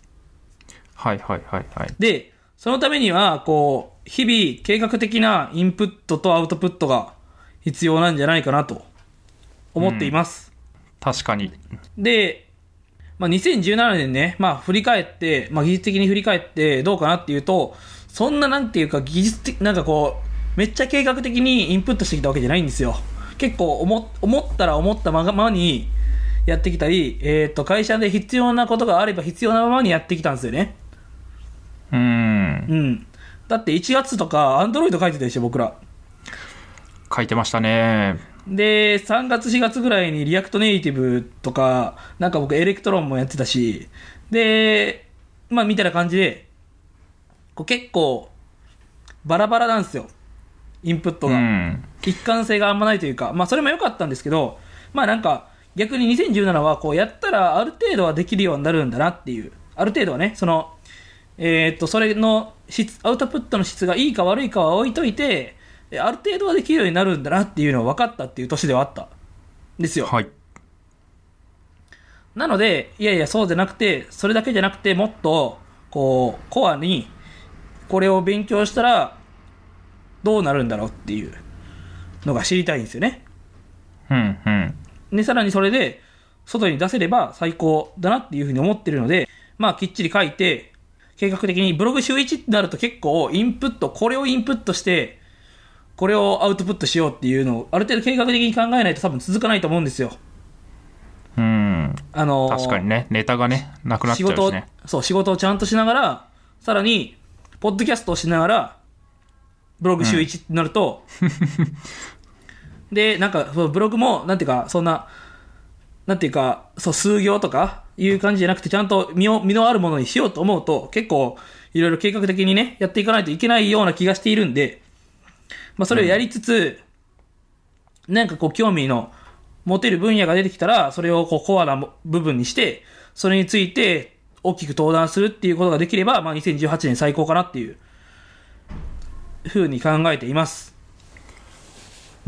S1: はいはいはいはい。
S2: で、そのためには、こう、日々計画的なインプットとアウトプットが必要なんじゃないかなと思っています。
S1: 確かに。
S2: で、まあ、2017年ね、まあ、振り返って、まあ、技術的に振り返ってどうかなっていうと、そんななんていうか技術的、なんかこう、めっちゃ計画的にインプットしてきたわけじゃないんですよ。結構思、思ったら思ったままにやってきたり、えっ、と、会社で必要なことがあれば必要なままにやってきたんですよね。
S1: うーん。
S2: うん。だって1月とか、アンドロイド書いてたでしょ、僕ら。
S1: 書いてましたね。
S2: で、3月、4月ぐらいにリアクトネイティブとか、なんか僕エレクトロンもやってたし、で、まあみたいな感じで、こう結構、バラバラなんですよ。インプット
S1: う
S2: が。
S1: ん。
S2: 一貫性があんまないというか、まあそれも良かったんですけど、まあなんか逆に2017はこうやったらある程度はできるようになるんだなっていう、ある程度はね、その、えーっと、それの質、アウトプットの質がいいか悪いかは置いといて、えある程度はできるようになるんだなっていうのは分かったっていう年ではあった。んですよ。
S1: はい。
S2: なので、いやいや、そうじゃなくて、それだけじゃなくて、もっと、こう、コアに、これを勉強したら、どうなるんだろうっていうのが知りたいんですよね。
S1: うんうん。
S2: で、さらにそれで、外に出せれば最高だなっていうふうに思ってるので、まあ、きっちり書いて、計画的に、ブログ週1ってなると結構、インプット、これをインプットして、これをアウトプットしようっていうのを、ある程度計画的に考えないと多分続かないと思うんですよ。
S1: うん。
S2: あのー
S1: 確かにね、ネタがね、なくなっち
S2: 仕
S1: ゃう
S2: 事
S1: し
S2: を
S1: ね。
S2: そう、仕事をちゃんとしながら、さらに、ポッドキャストをしながら、ブログ週1ってなる と、で、なんか、そうブログも、なんていうか、そんな、なんていうか、そう、数行とかいう感じじゃなくて、ちゃんと身を、身のあるものにしようと思うと、結構、いろいろ計画的にね、やっていかないといけないような気がしているんで、まあ、それをやりつつ、なんかこう、興味の持てる分野が出てきたら、それをこう、コアな部分にして、それについて、大きく登壇するっていうことができれば、まあ、2018年最高かなっていう、ふうに考えています。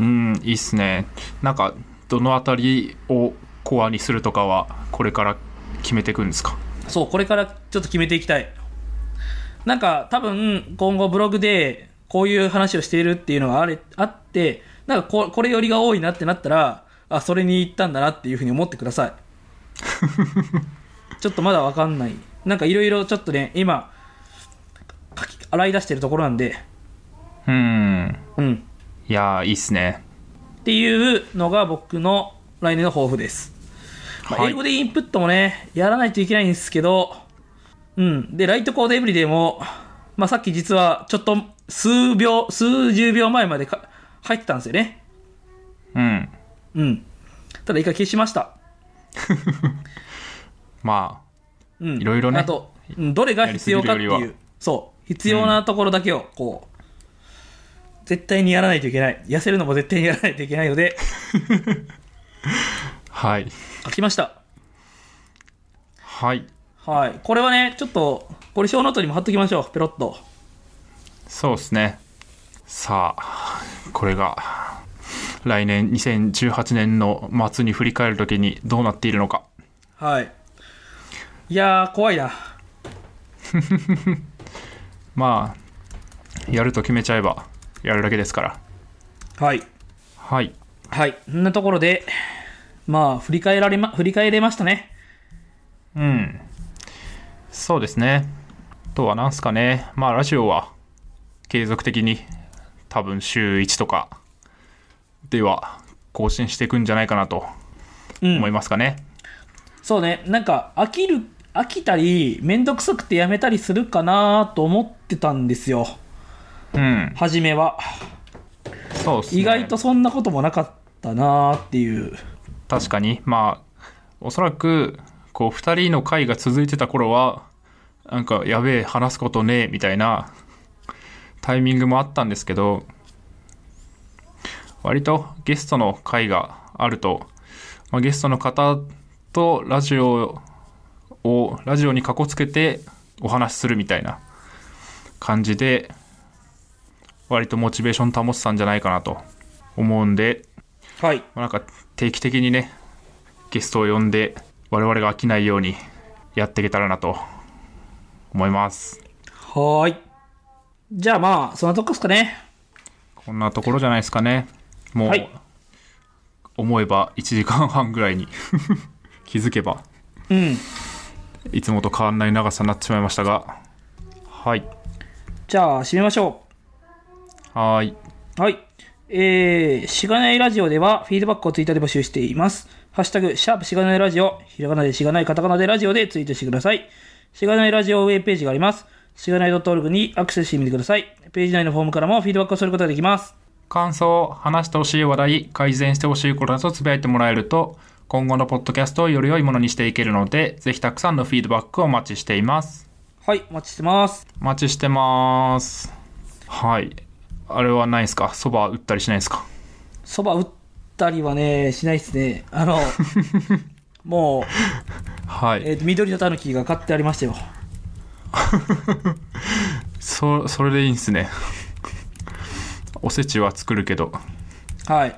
S1: うん、いいっすね。なんか、どのあたりをコアにするとかは、これから決めていくんですか。
S2: そう、これからちょっと決めていきたい。なんか、多分、今後ブログで、こういう話をしているっていうのがあれあって、なんかこ、これよりが多いなってなったら、あ、それに行ったんだなっていうふうに思ってください。ちょっとまだわかんない。なんかいろいろちょっとね、今、かき洗い出してるところなんで、
S1: うん。
S2: うん。
S1: いやー、いいっすね。
S2: っていうのが僕の来年の抱負です。まあ
S1: はい
S2: 英語でインプットもね、やらないといけないんですけど、うん。で、ライトコードエブリデイも、まあ、さっき実はちょっと数秒、数十秒前までか入ってたんですよね。
S1: うん。
S2: うん。ただ一回消しました。
S1: ま
S2: うん。
S1: いろいろね
S2: あと、うんどれが必要かって
S1: やりすぎる
S2: い
S1: より
S2: う
S1: は、
S2: そう。必要なところだけを、こう、絶対にやらないといけない。痩せるのも絶対にやらないといけないので、
S1: はい。
S2: 書きました。
S1: はい。
S2: はい。これはね、ちょっと、これ小ノートにも貼っときましょう。ペロッと。
S1: そうですね。さあ、これが、来年2018年の末に振り返るときにどうなっているのか。
S2: はい。いやー、怖いな。
S1: まあ、やると決めちゃえば、やるだけですから。
S2: はい。
S1: はい。
S2: はい。そんなところで、まあ、振り返られま、振り返れましたね。
S1: うん。そうですね。あとは何すかね。まあ、ラジオは継続的に多分週1とかでは更新していくんじゃないかなと
S2: うん
S1: 思い。ますかね。
S2: そうね、なんか飽きる、飽きたり、めんどくさくてやめたりするかなと思ってたんですよ、
S1: うん。
S2: 初めは。
S1: そうですね。
S2: 意外とそんなこともなかったなっていう。
S1: 確かにまあおそらくこう2人の会が続いてた頃はなんかやべえ話すことねえみたいなタイミングもあったんですけど割とゲストの会があると、まあ、ゲストの方とラジオをラジオにかこつけてお話しするみたいな感じで割とモチベーション保ってたんじゃないかなと思うんで
S2: はい。
S1: まあなんか定期的にねゲストを呼んで我々が飽きないようにやっていけたらなと思います
S2: はーい。じゃあまあ、そんなとこっすかね。
S1: こんなところじゃないですかねもう、
S2: はい
S1: 思えば1時間半ぐらいに 気づけば
S2: うん。
S1: いつもと変わんない長さになってしまいましたがはい
S2: じゃあ、締めましょう。
S1: はーい
S2: はい。えー、しがないラジオでは、フィードバックをツイッターで募集しています。ハッシュタグ、シャープしがないラジオ、ひらがなでしがない、カタカナでラジオでツイートしてください。しがないラジオウェブページがあります。しがない .org にアクセスしてみてください。ページ内のフォームからもフィードバックをすることができます。
S1: 感想話してほしい話題改善してほしいことなどつぶやいてもらえると今後のポッドキャストをより良いものにしていけるのでぜひたくさんのフィードバックをお待ちしています
S2: はい、お待ちしてます。
S1: お待ちしてますはいあれはないですかそば売ったりしないですか
S2: そば打ったりはね、しないですね。あ の、もう、
S1: は
S2: え
S1: い
S2: っ、と、緑のたぬきが買ってありましたよ。
S1: そそれでいいんすね おせちは作るけど
S2: はい。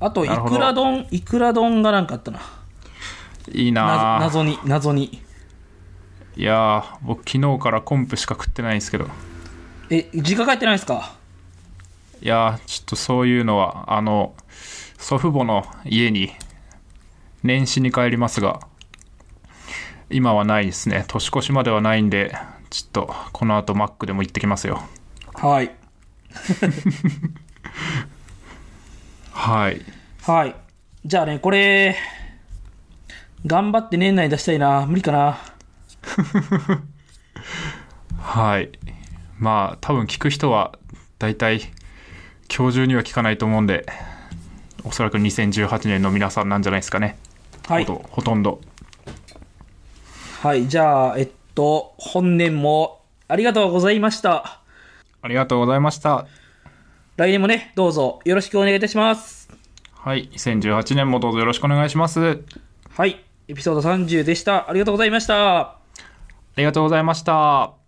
S2: あと、い
S1: なるほど
S2: くら丼、いくら丼がなんかあったな。
S1: いい
S2: な
S1: なぁ
S2: 謎に、謎に。
S1: いやー僕昨日からコンプしか食ってないんですけど
S2: え、実家帰ってないですか
S1: いやーちょっとそういうのはあの祖父母の家に年始に帰りますが今はないですね年越しまではないんでちょっとこの後マックでも行ってきますよ
S2: はい。
S1: はい
S2: はい。じゃあね、これ、頑張って年内に出したいな。無理かな。
S1: はいまあ多分聞く人は大体今日中には聞かないと思うんでおそらく2018年の皆さんなんじゃないですかね、
S2: はい
S1: ほ。とほとんど
S2: はい。じゃあ、えっと、本年もありがとうございました。
S1: ありがとうございました
S2: 来年もね、どうぞよろしくお願いいたします。
S1: はい2018年もどうぞよろしくお願いします
S2: はい。エピソード30でした。ありがとうございました。
S1: ありがとうございました